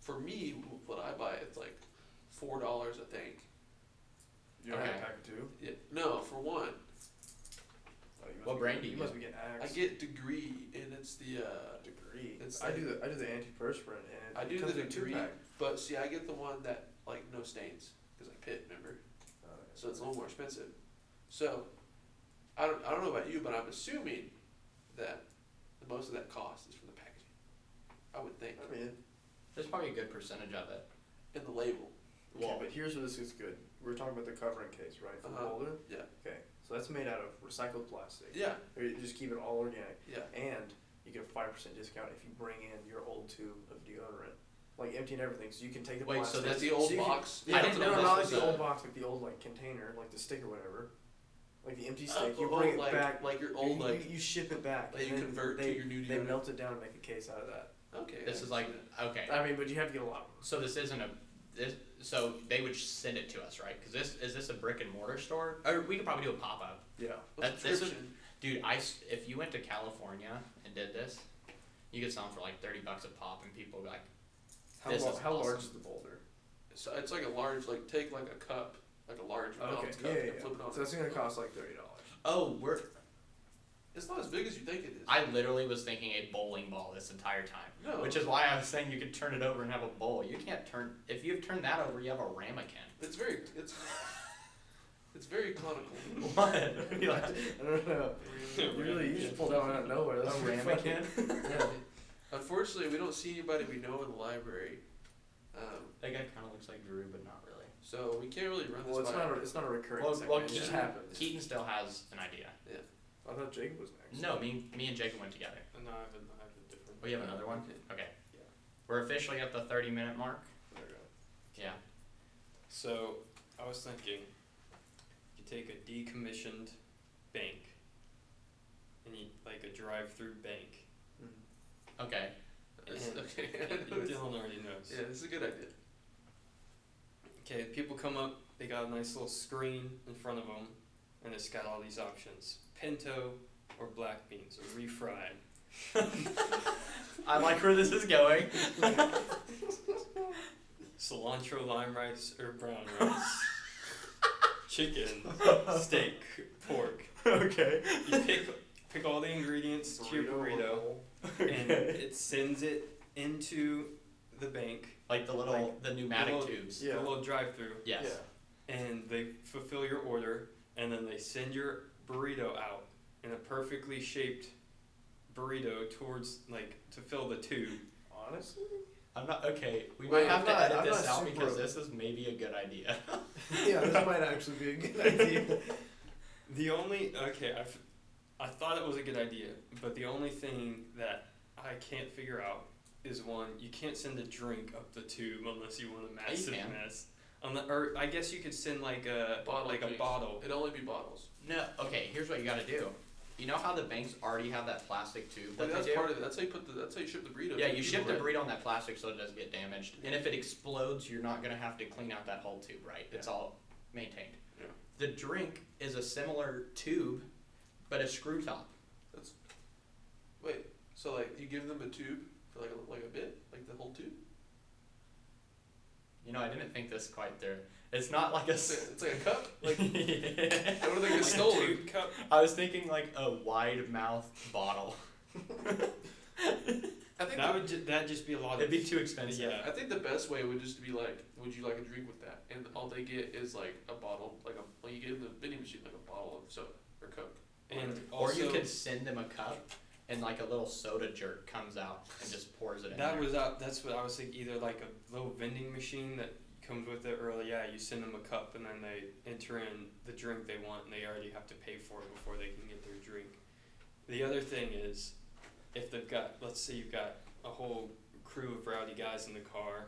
[SPEAKER 1] for me what I buy it's like four dollars I think.
[SPEAKER 3] You don't have
[SPEAKER 2] Okay.
[SPEAKER 3] a pack of two.
[SPEAKER 1] Yeah. No, for one.
[SPEAKER 3] Oh, you must
[SPEAKER 2] What
[SPEAKER 3] be-
[SPEAKER 2] brand do you
[SPEAKER 3] You must
[SPEAKER 2] get?
[SPEAKER 3] be getting
[SPEAKER 1] I
[SPEAKER 3] Axe.
[SPEAKER 1] get degree and it's the uh
[SPEAKER 3] degree.
[SPEAKER 1] It's
[SPEAKER 3] I
[SPEAKER 1] like-
[SPEAKER 3] do the I do the antiperspirant and it
[SPEAKER 1] I do
[SPEAKER 3] comes
[SPEAKER 1] the
[SPEAKER 3] in a two
[SPEAKER 1] degree,
[SPEAKER 3] pack.
[SPEAKER 1] but see, I get the one that like no stains because I pit, remember?
[SPEAKER 3] Oh, yeah.
[SPEAKER 1] uh, So it's a little more expensive. So I don't, I don't know about you, but I'm assuming that the most of that cost is from the packaging. I would think,
[SPEAKER 3] I mean,
[SPEAKER 2] There's probably a good percentage of it.
[SPEAKER 1] and the label.
[SPEAKER 3] okay,
[SPEAKER 2] Well,
[SPEAKER 3] but here's where this is good. We were talking about the covering case, right? For the
[SPEAKER 1] Uh-huh.
[SPEAKER 3] holder.
[SPEAKER 1] Yeah,
[SPEAKER 3] Okay, so that's made out of recycled plastic.
[SPEAKER 1] yeah,
[SPEAKER 3] Or you just keep it all organic,
[SPEAKER 1] yeah.
[SPEAKER 3] and you get a five percent discount if you bring in your old tube of deodorant. like emptying everything, so you can take the
[SPEAKER 1] Wait, so
[SPEAKER 3] plastic.
[SPEAKER 1] that's the old
[SPEAKER 3] you can-
[SPEAKER 1] box?
[SPEAKER 3] yeah,
[SPEAKER 2] I didn't
[SPEAKER 3] no,
[SPEAKER 2] know
[SPEAKER 3] not like
[SPEAKER 1] this was
[SPEAKER 3] the
[SPEAKER 1] a-
[SPEAKER 3] old box, like the old like container, like the stick or whatever, like the empty stick.
[SPEAKER 1] Oh,
[SPEAKER 3] you
[SPEAKER 1] oh,
[SPEAKER 3] bring it
[SPEAKER 1] like,
[SPEAKER 3] back.
[SPEAKER 1] like your old
[SPEAKER 3] you,
[SPEAKER 1] like.
[SPEAKER 3] you, you ship it back.
[SPEAKER 1] that
[SPEAKER 3] and
[SPEAKER 1] you
[SPEAKER 3] then
[SPEAKER 1] convert to
[SPEAKER 3] they,
[SPEAKER 1] your new
[SPEAKER 3] They
[SPEAKER 1] unit.
[SPEAKER 3] melt it down and make a case out of that.
[SPEAKER 1] Okay.
[SPEAKER 2] This is like okay.
[SPEAKER 3] I mean, but you have to get a lot. Of
[SPEAKER 2] So this isn't a this. So they would send it to us, right? Because this is this a brick and mortar store, or we could probably do a pop up.
[SPEAKER 3] them. Yeah.
[SPEAKER 2] That-
[SPEAKER 1] What's
[SPEAKER 2] this is-
[SPEAKER 1] subscription?
[SPEAKER 2] Dude, I s- if you went to California and did this, you could sell them for like thirty bucks a pop, and people would be like,
[SPEAKER 3] How,
[SPEAKER 2] This
[SPEAKER 3] lo-
[SPEAKER 2] is
[SPEAKER 3] how large
[SPEAKER 2] awesome.
[SPEAKER 3] is the boulder?
[SPEAKER 1] So it's like a large like take like a cup like a large
[SPEAKER 3] Oh, Okay.
[SPEAKER 1] Mounds cup
[SPEAKER 3] Yeah, yeah,
[SPEAKER 1] and
[SPEAKER 3] yeah.
[SPEAKER 1] flip Oh, it on.
[SPEAKER 3] So that's gonna cost like thirty dollars.
[SPEAKER 2] "Oh, we're."
[SPEAKER 1] It's not as big as you think it is.
[SPEAKER 2] I literally was thinking a bowling ball this entire time,
[SPEAKER 1] no.
[SPEAKER 2] which is why I was saying you could turn it over and have a bowl. You can't turn if you've turned that over, you have a ramekin.
[SPEAKER 1] It's very it's it's very conical.
[SPEAKER 2] What? Be like,
[SPEAKER 3] I don't know. You really, you just pulled that one out of nowhere. That's
[SPEAKER 2] A
[SPEAKER 3] pretty
[SPEAKER 2] ramekin?
[SPEAKER 3] funny. yeah.
[SPEAKER 1] Unfortunately, we don't see anybody we know in the library, um,
[SPEAKER 2] That guy kind of looks like Drew, but not really.
[SPEAKER 1] so we can't really run this
[SPEAKER 3] Well, it's
[SPEAKER 1] by.
[SPEAKER 3] not a, it's not a recurring
[SPEAKER 2] Well,
[SPEAKER 3] segment.
[SPEAKER 2] well,
[SPEAKER 3] it just
[SPEAKER 2] yeah.
[SPEAKER 3] happens.
[SPEAKER 2] Keaton still has an idea.
[SPEAKER 3] I thought Jacob was next.
[SPEAKER 2] No, me, me and Jacob went together.
[SPEAKER 4] No, I have a, I have a different.
[SPEAKER 2] Oh, you have another one?
[SPEAKER 1] Okay.
[SPEAKER 2] Okay.
[SPEAKER 4] Yeah.
[SPEAKER 2] We're officially at the 30 minute mark.
[SPEAKER 4] There we go.
[SPEAKER 2] Yeah.
[SPEAKER 4] So I was thinking, you take a decommissioned bank, and you like a drive-through bank.
[SPEAKER 2] Okay.
[SPEAKER 1] It's- okay.
[SPEAKER 4] Dylan already knows.
[SPEAKER 1] yeah, this is a good idea.
[SPEAKER 4] Okay, people come up, they got a nice little screen in front of them, and it's got all these options pinto or black beans or refried.
[SPEAKER 2] I like where this is going.
[SPEAKER 4] cilantro lime rice or brown rice, chicken, steak, pork.
[SPEAKER 2] okay.
[SPEAKER 4] You pick pick all the ingredients to your burrito, and it sends it into the bank,
[SPEAKER 2] Like the little,
[SPEAKER 4] Like
[SPEAKER 2] the pneumatic
[SPEAKER 4] little-
[SPEAKER 2] tubes.
[SPEAKER 3] Yeah.
[SPEAKER 4] the little drive-through,
[SPEAKER 2] Yes.
[SPEAKER 4] and they fulfill your order, and then they send your burrito out in a perfectly shaped burrito towards like to fill the tube.
[SPEAKER 3] Honestly,
[SPEAKER 2] I'm not, okay. We
[SPEAKER 3] Wait,
[SPEAKER 2] might have
[SPEAKER 3] I'm
[SPEAKER 2] to
[SPEAKER 3] not-
[SPEAKER 2] edit
[SPEAKER 3] I'm
[SPEAKER 2] this
[SPEAKER 3] not
[SPEAKER 2] out
[SPEAKER 3] super-
[SPEAKER 2] because this is maybe a good idea.
[SPEAKER 3] yeah, this might actually be a good idea.
[SPEAKER 4] The only okay, I, f- I thought it was a good idea, but the only thing that I can't figure out is one you can't send a drink up the tube unless you want a
[SPEAKER 2] you
[SPEAKER 4] massive
[SPEAKER 2] can.
[SPEAKER 4] mess. Unle- or I guess you could send like a
[SPEAKER 1] Bottle
[SPEAKER 4] like a
[SPEAKER 1] drinks.
[SPEAKER 4] bottle.
[SPEAKER 1] It'd only be bottles.
[SPEAKER 2] No, okay. Here's what you got to do. You know how the banks already have that plastic tube that
[SPEAKER 1] Like, that's
[SPEAKER 2] they do?
[SPEAKER 1] part of it. That's how you put the. That's how you ship the burrito.
[SPEAKER 2] Yeah, you ship the
[SPEAKER 1] Right.
[SPEAKER 2] burrito on that plastic so it doesn't get damaged. And if it explodes, you're not gonna have to clean out that whole tube, right? It's all maintained.
[SPEAKER 1] Yeah.
[SPEAKER 2] The drink is a similar tube, but a screw top.
[SPEAKER 1] Wait, so like you give them a tube for like a, like a bit, like the whole tube.
[SPEAKER 2] You know, I didn't think this quite through. It's not like a.
[SPEAKER 1] It's
[SPEAKER 2] s-
[SPEAKER 1] like, it's like a cup. Like I don't think
[SPEAKER 4] Like a
[SPEAKER 1] it's stolen.
[SPEAKER 4] tube cup.
[SPEAKER 2] I was thinking like a wide mouth bottle.
[SPEAKER 1] I think.
[SPEAKER 4] That
[SPEAKER 1] the-
[SPEAKER 4] would ju- that just be a lot
[SPEAKER 2] It'd
[SPEAKER 4] of
[SPEAKER 2] be too expensive.
[SPEAKER 4] yeah.
[SPEAKER 1] I think the best way would just be like, would you like a drink with that? And all they get is like a bottle, like a like you give them the vending machine like a bottle of soda or Coke.
[SPEAKER 4] And
[SPEAKER 2] Or
[SPEAKER 4] also,
[SPEAKER 2] you could send them a cup, and like a little soda jerk comes out and just pours it in.
[SPEAKER 4] that
[SPEAKER 2] there.
[SPEAKER 4] was out. That's what I was thinking. Either like a little vending machine that comes with it, or yeah, you send them a cup and then they enter in the drink they want, and they already have to pay for it before they can get their drink. The other thing is, if they've got, let's say you've got a whole crew of rowdy guys in the car,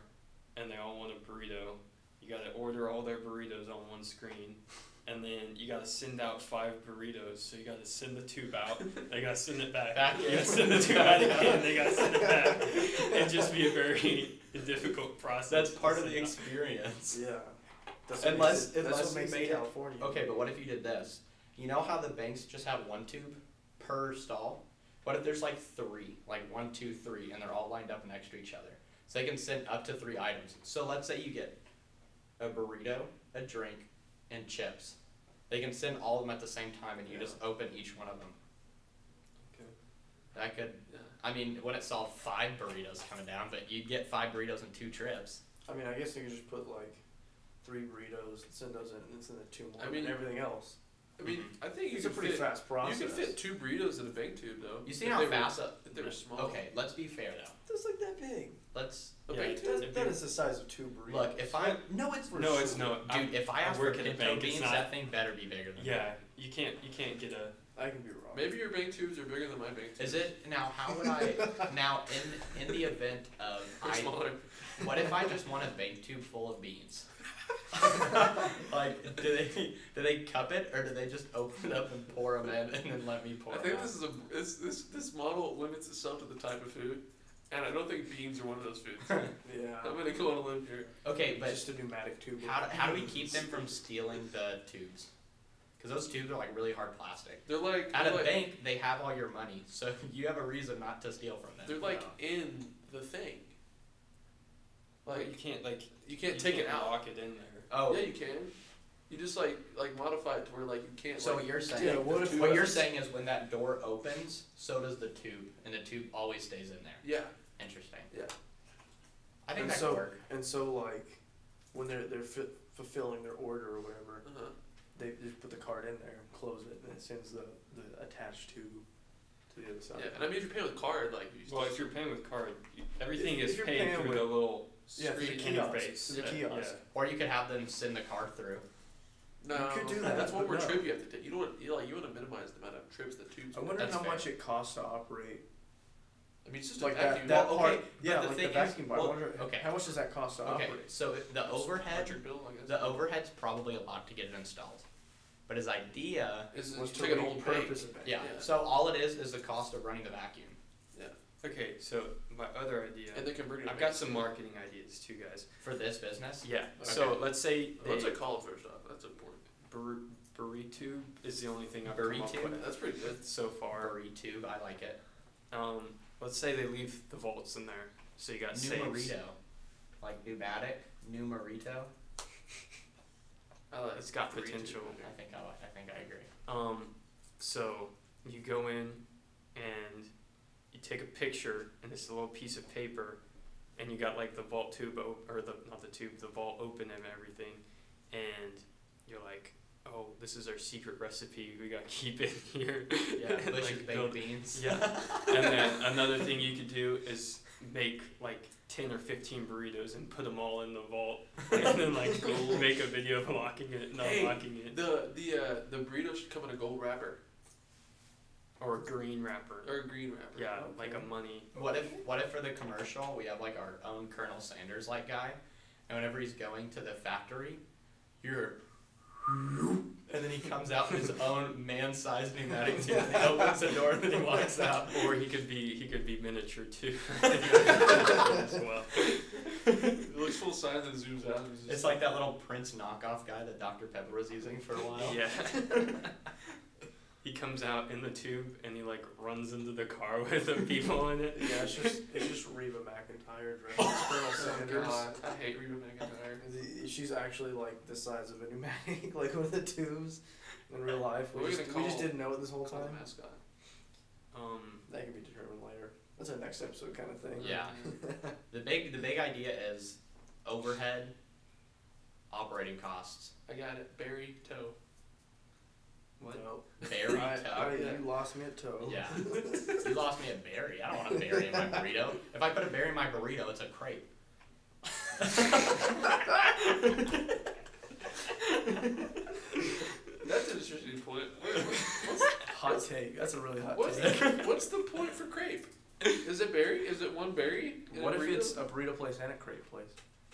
[SPEAKER 4] and they all want a burrito, you got to order all their burritos on one screen. And then you gotta send out five burritos, so you gotta send the tube out. They gotta send it back.
[SPEAKER 2] Back
[SPEAKER 4] you
[SPEAKER 2] in.
[SPEAKER 4] gotta send the tube out again. They gotta send it back it'd just be a very difficult process.
[SPEAKER 2] That's part of
[SPEAKER 4] to
[SPEAKER 2] the
[SPEAKER 4] set up.
[SPEAKER 2] experience.
[SPEAKER 3] Yeah.
[SPEAKER 2] Unless-
[SPEAKER 3] That's what makes it,
[SPEAKER 2] unless
[SPEAKER 3] that's what
[SPEAKER 2] you
[SPEAKER 3] makes
[SPEAKER 2] made
[SPEAKER 3] it
[SPEAKER 2] it-
[SPEAKER 3] California.
[SPEAKER 2] Okay, but what if you did this? You know how the banks just have one tube per stall? What if there's like three, like one, two, three, and they're all lined up next to each other? So they can send up to three items. So let's say you get a burrito, a drink, and chips. They can send all of them at the same time, and you just open each one of them.
[SPEAKER 4] Okay.
[SPEAKER 2] That could,
[SPEAKER 1] Yeah.
[SPEAKER 2] I mean, wouldn't solve five burritos coming down, but you'd get five burritos in two trips.
[SPEAKER 3] I mean, I guess you could just put like three burritos, send those in, and send the two more,
[SPEAKER 1] I mean-
[SPEAKER 3] and everything else.
[SPEAKER 1] I mean,
[SPEAKER 2] Mm-hmm.
[SPEAKER 1] I think you
[SPEAKER 3] It's a
[SPEAKER 1] could
[SPEAKER 3] pretty
[SPEAKER 1] fit.
[SPEAKER 3] fast process.
[SPEAKER 1] You could fit two burritos in a bank tube, though.
[SPEAKER 2] You seen
[SPEAKER 1] if
[SPEAKER 2] how
[SPEAKER 1] they were-
[SPEAKER 2] fast?
[SPEAKER 1] if they were small.
[SPEAKER 2] okay, let's be fair though.
[SPEAKER 3] That's like that big.
[SPEAKER 2] Let's
[SPEAKER 1] A
[SPEAKER 4] Yeah,
[SPEAKER 1] bank
[SPEAKER 4] it
[SPEAKER 1] tube.
[SPEAKER 4] does-
[SPEAKER 3] That, that is the size of two burritos.
[SPEAKER 2] look. If I no, it's
[SPEAKER 3] For
[SPEAKER 4] no,
[SPEAKER 3] sure.
[SPEAKER 4] it's not.
[SPEAKER 2] dude. If I
[SPEAKER 4] I
[SPEAKER 2] ask
[SPEAKER 4] work
[SPEAKER 2] for
[SPEAKER 4] at a
[SPEAKER 2] pinto
[SPEAKER 4] bank, it's
[SPEAKER 2] beans,
[SPEAKER 4] not-
[SPEAKER 2] that thing better be bigger than
[SPEAKER 4] yeah, you can't you can't get a
[SPEAKER 3] I can be wrong.
[SPEAKER 1] Maybe your bank tubes are bigger than my bank
[SPEAKER 2] that.
[SPEAKER 1] tubes.
[SPEAKER 2] Is it now? How would I now in in the event of
[SPEAKER 1] They're
[SPEAKER 2] I
[SPEAKER 1] smaller.
[SPEAKER 2] What if I just want a bank tube full of beans? like, do they do they cup it or do they just open it up and pour them in and then let me pour?
[SPEAKER 1] I think
[SPEAKER 2] 'em out?
[SPEAKER 1] this is a this, this this model limits itself to the type of food, and I don't think beans are one of those foods.
[SPEAKER 3] Yeah.
[SPEAKER 1] I'm gonna go on a limb here.
[SPEAKER 2] okay, but
[SPEAKER 3] just a pneumatic tube.
[SPEAKER 2] how do, how do we keep them from stealing the tubes? Because those tubes are like really hard plastic.
[SPEAKER 1] They're like
[SPEAKER 2] At
[SPEAKER 1] they're
[SPEAKER 2] a
[SPEAKER 1] like,
[SPEAKER 2] bank, they have all your money, so you have a reason not to steal from them.
[SPEAKER 1] They're like in the thing.
[SPEAKER 4] you
[SPEAKER 1] Like
[SPEAKER 4] can't like
[SPEAKER 1] you can't take it out.
[SPEAKER 4] Lock it in there.
[SPEAKER 2] oh,
[SPEAKER 1] Yeah, you can. You just like like modify it to where like you can't.
[SPEAKER 2] so
[SPEAKER 1] like,
[SPEAKER 2] what you're saying?
[SPEAKER 3] Yeah, what if-
[SPEAKER 2] what you're saying is when that door opens, so does the tube, and the tube always stays in there.
[SPEAKER 1] yeah.
[SPEAKER 2] Interesting.
[SPEAKER 1] Yeah.
[SPEAKER 2] I think
[SPEAKER 3] And
[SPEAKER 2] that
[SPEAKER 3] so-
[SPEAKER 2] could work.
[SPEAKER 3] And so like, when they're they're fi- fulfilling their order or whatever,
[SPEAKER 1] Uh-huh.
[SPEAKER 3] they just put the card in there, close it, and it sends the the attached tube to the other side.
[SPEAKER 1] Yeah, and I mean if you're paying with card, like you just
[SPEAKER 4] Well, if you're paying with card, you, everything
[SPEAKER 3] If-
[SPEAKER 4] is
[SPEAKER 3] if you're
[SPEAKER 4] paid
[SPEAKER 3] paying
[SPEAKER 4] through
[SPEAKER 3] with-
[SPEAKER 4] the little
[SPEAKER 3] Yeah, through the
[SPEAKER 4] screen
[SPEAKER 3] kiosk.
[SPEAKER 4] interface.
[SPEAKER 3] Through the
[SPEAKER 4] Yeah,
[SPEAKER 3] kiosk.
[SPEAKER 2] Or you could have them send the car through.
[SPEAKER 1] no,
[SPEAKER 3] could do that,
[SPEAKER 1] That's one
[SPEAKER 3] but
[SPEAKER 1] more
[SPEAKER 3] no.
[SPEAKER 1] trip you have to take. You don't want you like you want to minimize the amount of trips the tubes.
[SPEAKER 3] I
[SPEAKER 1] make.
[SPEAKER 3] wonder
[SPEAKER 2] That's
[SPEAKER 3] how
[SPEAKER 2] fair.
[SPEAKER 3] much it costs to operate
[SPEAKER 1] I mean, it's just
[SPEAKER 3] like
[SPEAKER 1] a
[SPEAKER 3] that,
[SPEAKER 1] vacuum.
[SPEAKER 3] that
[SPEAKER 2] Well,
[SPEAKER 3] part.
[SPEAKER 2] okay, but
[SPEAKER 3] yeah,
[SPEAKER 2] the
[SPEAKER 3] like
[SPEAKER 2] thing
[SPEAKER 3] the
[SPEAKER 2] is-
[SPEAKER 3] vacuum bar. I
[SPEAKER 2] well,
[SPEAKER 3] wonder
[SPEAKER 2] okay.
[SPEAKER 3] how much does that cost to
[SPEAKER 2] Okay,
[SPEAKER 3] operate?
[SPEAKER 2] so the overhead,
[SPEAKER 1] oh, Electric bill, I guess.
[SPEAKER 2] the overhead's probably a lot to get it installed, but his idea,
[SPEAKER 1] is
[SPEAKER 3] What's
[SPEAKER 1] it's
[SPEAKER 3] to
[SPEAKER 1] like an
[SPEAKER 3] really
[SPEAKER 1] old bank.
[SPEAKER 3] purpose of that?
[SPEAKER 2] yeah.
[SPEAKER 1] Yeah.
[SPEAKER 2] So all it is is the cost of running the vacuum.
[SPEAKER 4] Okay, so my other idea.
[SPEAKER 1] and they convert it.
[SPEAKER 4] I've got some marketing ideas too, guys.
[SPEAKER 2] For this business,
[SPEAKER 4] Yeah.
[SPEAKER 1] Okay.
[SPEAKER 4] So let's say they,
[SPEAKER 1] What's it called first off? That's important.
[SPEAKER 4] Bur- burrito is the only thing I've
[SPEAKER 2] Burrito?
[SPEAKER 4] come up
[SPEAKER 1] That's pretty good.
[SPEAKER 4] with so far.
[SPEAKER 2] Burry tube, I like it.
[SPEAKER 4] Um, let's say they leave the vaults in there, so you got saves.
[SPEAKER 2] Numerito, like pneumatic, numerito.
[SPEAKER 1] I like
[SPEAKER 4] It's got
[SPEAKER 1] burrito
[SPEAKER 4] potential.
[SPEAKER 1] better.
[SPEAKER 2] I think I, like- I think I agree.
[SPEAKER 4] Um, so you go in and you take a picture, and it's a little piece of paper, and you got like the vault tube op- or the not the tube, the vault open and everything, and you're like, oh, this is our secret recipe. We gotta keep it here.
[SPEAKER 2] Yeah,
[SPEAKER 4] And,
[SPEAKER 2] bushes
[SPEAKER 4] like, build-
[SPEAKER 2] baked beans.
[SPEAKER 4] Yeah. and then another thing you could do is make like 10 or 15 burritos and put them all in the vault and then like make a video of locking it and
[SPEAKER 1] Hey,
[SPEAKER 4] unlocking it
[SPEAKER 1] The the uh, the burrito should come in a gold wrapper
[SPEAKER 4] or a green wrapper
[SPEAKER 1] or a green wrapper.
[SPEAKER 4] yeah like a money
[SPEAKER 2] What if what if for the commercial we have like our own Colonel Sanders like guy, and whenever he's going to the factory, you're, and then he comes out in his own man-sized pneumatic tube, and he opens the door and then he walks out.
[SPEAKER 4] or he could be he could be miniature too as well
[SPEAKER 1] It looks full size and zooms out. And it's just-
[SPEAKER 2] It's like that little Prince knockoff guy that Dr Pepper was using for a while.
[SPEAKER 4] yeah he comes out in the tube and he like runs into the car with the people in it
[SPEAKER 3] Yeah, it's just it's just Reba McIntyre dressed as Colonel
[SPEAKER 1] Oh,
[SPEAKER 3] Sanders.
[SPEAKER 1] God. I hate Reba McIntyre.
[SPEAKER 3] The- She's actually like the size of a pneumatic, like one of the tubes in real life.
[SPEAKER 1] What
[SPEAKER 3] We,
[SPEAKER 1] are we
[SPEAKER 3] just,
[SPEAKER 1] gonna
[SPEAKER 3] we just
[SPEAKER 1] call-
[SPEAKER 3] didn't know it this whole
[SPEAKER 1] Call the
[SPEAKER 3] time.
[SPEAKER 1] mascot.
[SPEAKER 4] um
[SPEAKER 3] That can be determined later. That's our next episode kind of thing.
[SPEAKER 2] Yeah. The big the big idea is overhead, operating costs,
[SPEAKER 1] I got it. Barry Toe.
[SPEAKER 4] What?
[SPEAKER 3] No. I,
[SPEAKER 2] berry
[SPEAKER 3] I-
[SPEAKER 2] toe.
[SPEAKER 3] you lost me at toe.
[SPEAKER 2] Yeah. You lost me a berry. I don't want a berry in my burrito. If I put a berry in my burrito, it's a crepe.
[SPEAKER 1] That's an interesting point. What- what-
[SPEAKER 3] Hot take. That's a really hot
[SPEAKER 1] What's,
[SPEAKER 3] take.
[SPEAKER 1] what's, what's the point for crepe? Is it berry? Is it one berry? in a
[SPEAKER 3] What if
[SPEAKER 1] burrito?
[SPEAKER 3] it's a burrito place and a crepe place?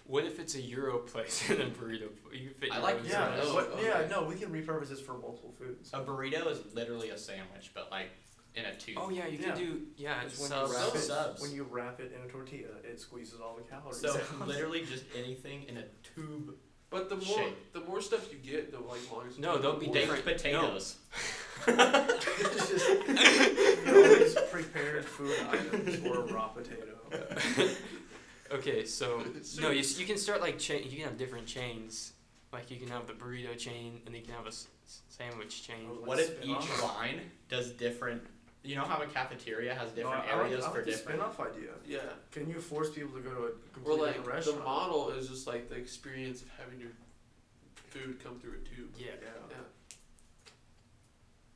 [SPEAKER 4] What if it's a Euro place and a burrito? pl- You fit
[SPEAKER 2] I
[SPEAKER 4] your
[SPEAKER 2] like
[SPEAKER 4] own
[SPEAKER 2] Yeah,
[SPEAKER 3] Yeah,
[SPEAKER 4] size.
[SPEAKER 1] no,
[SPEAKER 3] what,
[SPEAKER 1] okay.
[SPEAKER 3] yeah, no, we can repurpose this for multiple foods.
[SPEAKER 2] A burrito is literally a sandwich, but like in a tube.
[SPEAKER 4] Oh yeah, you
[SPEAKER 3] Yeah.
[SPEAKER 4] can do yeah.
[SPEAKER 3] It's
[SPEAKER 4] It's uh,
[SPEAKER 3] when
[SPEAKER 4] subs.
[SPEAKER 3] you wrap it,
[SPEAKER 2] subs.
[SPEAKER 3] when you wrap it in a tortilla, it squeezes all the calories.
[SPEAKER 2] So
[SPEAKER 3] out.
[SPEAKER 2] literally just anything in a tube.
[SPEAKER 1] But the more
[SPEAKER 2] Shape.
[SPEAKER 1] the more stuff you get, the like longer. it's
[SPEAKER 4] No,
[SPEAKER 1] gonna
[SPEAKER 4] don't
[SPEAKER 1] be.
[SPEAKER 4] be
[SPEAKER 2] Baked
[SPEAKER 4] different.
[SPEAKER 2] potatoes.
[SPEAKER 3] it's just always prepared food items or raw potato.
[SPEAKER 4] Okay, so
[SPEAKER 1] So-
[SPEAKER 4] no, you, s- you can start like chain. You can have different chains. Like you can have the burrito chain, and you can have a s- s- sandwich chain.
[SPEAKER 3] Oh,
[SPEAKER 2] What
[SPEAKER 3] Like
[SPEAKER 2] if
[SPEAKER 3] spin-off?
[SPEAKER 2] each line does different? You know how a cafeteria has different
[SPEAKER 3] No, I like-
[SPEAKER 2] areas
[SPEAKER 3] I like
[SPEAKER 2] for
[SPEAKER 3] the
[SPEAKER 2] different.
[SPEAKER 3] spin-off idea.
[SPEAKER 1] Yeah.
[SPEAKER 3] Can you force people to go to a
[SPEAKER 1] Or
[SPEAKER 3] completely
[SPEAKER 1] like
[SPEAKER 3] different
[SPEAKER 1] the
[SPEAKER 3] restaurant?
[SPEAKER 1] model is just like the experience of having your food come through a tube.
[SPEAKER 4] Yeah.
[SPEAKER 3] yeah.
[SPEAKER 1] Yeah.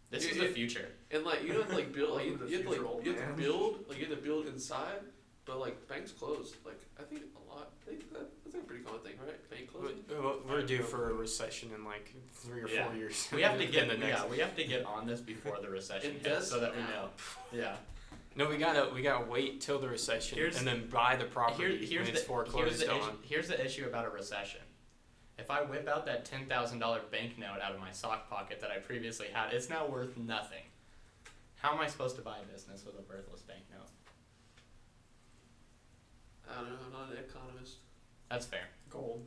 [SPEAKER 2] This
[SPEAKER 1] You-
[SPEAKER 2] is the
[SPEAKER 1] you-
[SPEAKER 2] future.
[SPEAKER 1] And like you don't like build like you,
[SPEAKER 3] Welcome to
[SPEAKER 1] you have to like
[SPEAKER 3] future, old
[SPEAKER 1] you have
[SPEAKER 3] man.
[SPEAKER 1] to build like you have to build inside, but like banks closed. Like I think a lot. I think that, that's a pretty common thing, right? Bank closing.
[SPEAKER 4] We're due for a recession in like three or
[SPEAKER 2] Yeah.
[SPEAKER 4] four years.
[SPEAKER 2] We have to
[SPEAKER 4] In
[SPEAKER 2] get
[SPEAKER 4] the next.
[SPEAKER 2] yeah, we have to get on this before the recession
[SPEAKER 1] It
[SPEAKER 2] hits
[SPEAKER 1] does
[SPEAKER 2] so that we know.
[SPEAKER 1] now.
[SPEAKER 2] Yeah.
[SPEAKER 4] No, we gotta we gotta wait till the recession
[SPEAKER 2] Here's-
[SPEAKER 4] and then buy the
[SPEAKER 2] Here-
[SPEAKER 4] property
[SPEAKER 2] here's
[SPEAKER 4] when it's
[SPEAKER 2] the, here's
[SPEAKER 4] foreclosed
[SPEAKER 2] the
[SPEAKER 4] on.
[SPEAKER 2] Issue, here's the issue about a recession. If I whip out that ten thousand dollar banknote out of my sock pocket that I previously had, it's now worth nothing. How am I supposed to buy a business with a worthless banknote?
[SPEAKER 1] I don't know. I'm not an economist.
[SPEAKER 2] That's fair.
[SPEAKER 3] Gold.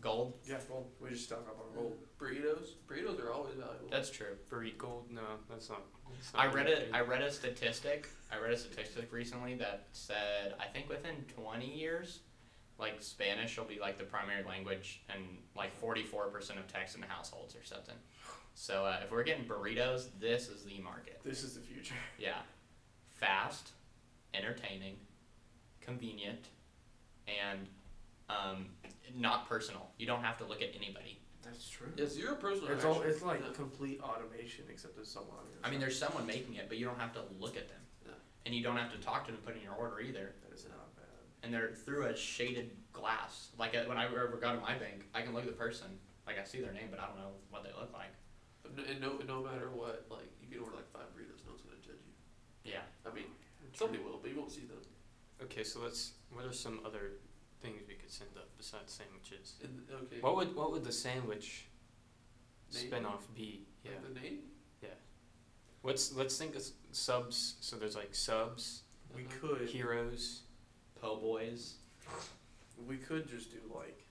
[SPEAKER 2] Gold.
[SPEAKER 3] Yeah, gold. We just stock up on
[SPEAKER 1] Well,
[SPEAKER 3] gold.
[SPEAKER 1] burritos. Burritos are always valuable.
[SPEAKER 2] That's true.
[SPEAKER 4] Burrito gold? No, that's not. that's not
[SPEAKER 2] I read
[SPEAKER 4] good.
[SPEAKER 2] a I read a statistic. I read a statistic recently that said I think within 20 years, like Spanish will be like the primary language and like 44% of Texan households or something. So uh, if we're getting burritos, this is the market.
[SPEAKER 3] This is the future.
[SPEAKER 2] Yeah, fast, entertaining, convenient, and um, not personal. You don't have to look at anybody.
[SPEAKER 3] That's true.
[SPEAKER 1] yeah, zero personal.
[SPEAKER 3] It's all.
[SPEAKER 1] interaction.
[SPEAKER 3] It's like
[SPEAKER 1] Yeah.
[SPEAKER 3] complete automation, except there's someone. on the other
[SPEAKER 2] I mean,
[SPEAKER 3] side.
[SPEAKER 2] there's someone making it, but you don't have to look at them,
[SPEAKER 1] Yeah.
[SPEAKER 2] and you don't have to talk to them putting your order either.
[SPEAKER 3] That is not bad.
[SPEAKER 2] and they're through a shaded glass. Like uh, when I ever got to my bank, I can look at the person. Like I see their name, but I don't know what they look like.
[SPEAKER 1] But no- and no, no matter what, like you can order like five burritos. No one's gonna judge you.
[SPEAKER 2] Yeah.
[SPEAKER 1] I mean, somebody will, but you won't see them.
[SPEAKER 4] Okay, so let's. What are some other things we could send up besides sandwiches?
[SPEAKER 1] And, okay.
[SPEAKER 4] What would what would the sandwich
[SPEAKER 1] Name?
[SPEAKER 4] spinoff be? Yeah.
[SPEAKER 1] Like the name.
[SPEAKER 4] What's let's think of s- subs. So there's like subs,
[SPEAKER 3] We
[SPEAKER 1] Uh-huh.
[SPEAKER 3] could.
[SPEAKER 4] heroes.
[SPEAKER 2] Po' boys.
[SPEAKER 3] We could just do like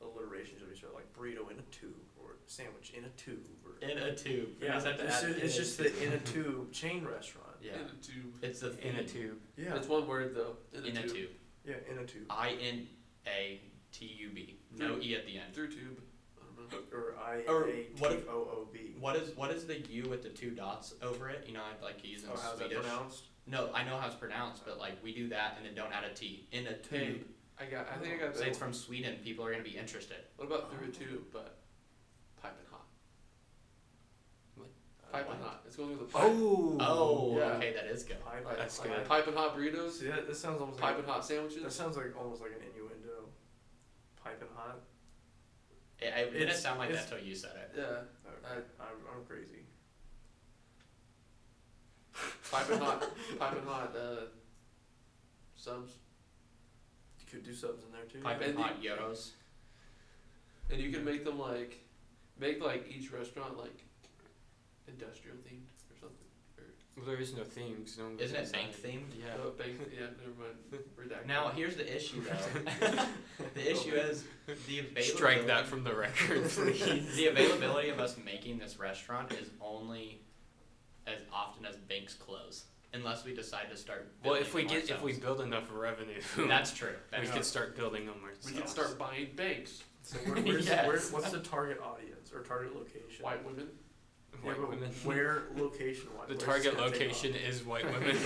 [SPEAKER 3] alliterations of each other, like burrito in a tube or sandwich in a tube. Or,
[SPEAKER 2] In a tube. We
[SPEAKER 3] yeah,
[SPEAKER 2] just have to
[SPEAKER 3] it's,
[SPEAKER 2] add
[SPEAKER 3] ju-
[SPEAKER 2] in
[SPEAKER 3] it's
[SPEAKER 2] a
[SPEAKER 3] just
[SPEAKER 2] tube.
[SPEAKER 3] the in a tube chain restaurant.
[SPEAKER 2] Yeah.
[SPEAKER 1] In a tube.
[SPEAKER 2] It's the
[SPEAKER 4] In a
[SPEAKER 2] theme.
[SPEAKER 4] tube.
[SPEAKER 3] Yeah,
[SPEAKER 1] It's one word though. In a,
[SPEAKER 2] In a
[SPEAKER 1] tube.
[SPEAKER 2] tube.
[SPEAKER 3] yeah, in a tube
[SPEAKER 2] I N A T U B. No
[SPEAKER 1] Tube.
[SPEAKER 2] E at the end.
[SPEAKER 1] Through tube. I don't know.
[SPEAKER 3] or I
[SPEAKER 2] Or
[SPEAKER 3] A T
[SPEAKER 2] what if-
[SPEAKER 3] O O B.
[SPEAKER 2] What is what is the U with the two dots over it? You know, I'd like to use in
[SPEAKER 3] Oh, how's that
[SPEAKER 2] Swedish.
[SPEAKER 3] pronounced?
[SPEAKER 2] no, I know how it's pronounced, but like we do that and then don't add a T. In a
[SPEAKER 1] Hey,
[SPEAKER 2] tube.
[SPEAKER 1] I got. I think I got.
[SPEAKER 2] Say
[SPEAKER 1] That
[SPEAKER 2] it's from Sweden. People are gonna be interested.
[SPEAKER 1] What about through a tube, but piping hot?
[SPEAKER 2] Pipe
[SPEAKER 1] Piping
[SPEAKER 2] what?
[SPEAKER 1] hot. It's going through the pipe.
[SPEAKER 4] Oh.
[SPEAKER 2] Oh,
[SPEAKER 1] Yeah.
[SPEAKER 2] okay, that is good.
[SPEAKER 3] Pie, pie,
[SPEAKER 4] That's
[SPEAKER 3] pie.
[SPEAKER 4] good.
[SPEAKER 1] Piping hot burritos.
[SPEAKER 3] See, that, that sounds almost like
[SPEAKER 1] Piping hot
[SPEAKER 3] that
[SPEAKER 1] sandwiches.
[SPEAKER 3] sounds like almost like an innuendo. Piping hot.
[SPEAKER 2] It, it didn't
[SPEAKER 3] It's-
[SPEAKER 2] sound like that
[SPEAKER 3] it's-
[SPEAKER 2] till you said it.
[SPEAKER 1] Yeah.
[SPEAKER 3] Okay. I'm I'm crazy.
[SPEAKER 1] Piping hot. Piping hot. Uh, subs.
[SPEAKER 3] You could do subs in there too.
[SPEAKER 2] Pipe and
[SPEAKER 1] And
[SPEAKER 2] hot yodos.
[SPEAKER 1] And you can make them like, make like each restaurant like, industrial themed or something.
[SPEAKER 4] Well, there is no theme. 'cause no one goes
[SPEAKER 2] Isn't it
[SPEAKER 4] inside.
[SPEAKER 2] bank themed?
[SPEAKER 4] Yeah.
[SPEAKER 1] No, Oh, bank, yeah. Never mind. Redacted.
[SPEAKER 2] Now here's the issue though. the issue is the availability.
[SPEAKER 4] Strike that from the record, please.
[SPEAKER 2] the availability of us making this restaurant is only as often as banks close, unless we decide to start.
[SPEAKER 4] well,
[SPEAKER 2] building
[SPEAKER 4] if we
[SPEAKER 2] them
[SPEAKER 4] get if we
[SPEAKER 2] ourselves.
[SPEAKER 4] build enough revenue,
[SPEAKER 2] that's true.
[SPEAKER 4] we
[SPEAKER 2] That's
[SPEAKER 4] can
[SPEAKER 2] true.
[SPEAKER 4] start building them
[SPEAKER 1] we
[SPEAKER 4] ourselves.
[SPEAKER 1] can start buying banks.
[SPEAKER 3] So where, where's,
[SPEAKER 2] Yes.
[SPEAKER 3] where, what's the target audience or target location?
[SPEAKER 1] White women.
[SPEAKER 3] Yeah,
[SPEAKER 4] White
[SPEAKER 3] but
[SPEAKER 4] women.
[SPEAKER 3] Where location wise?
[SPEAKER 4] The target location is white women.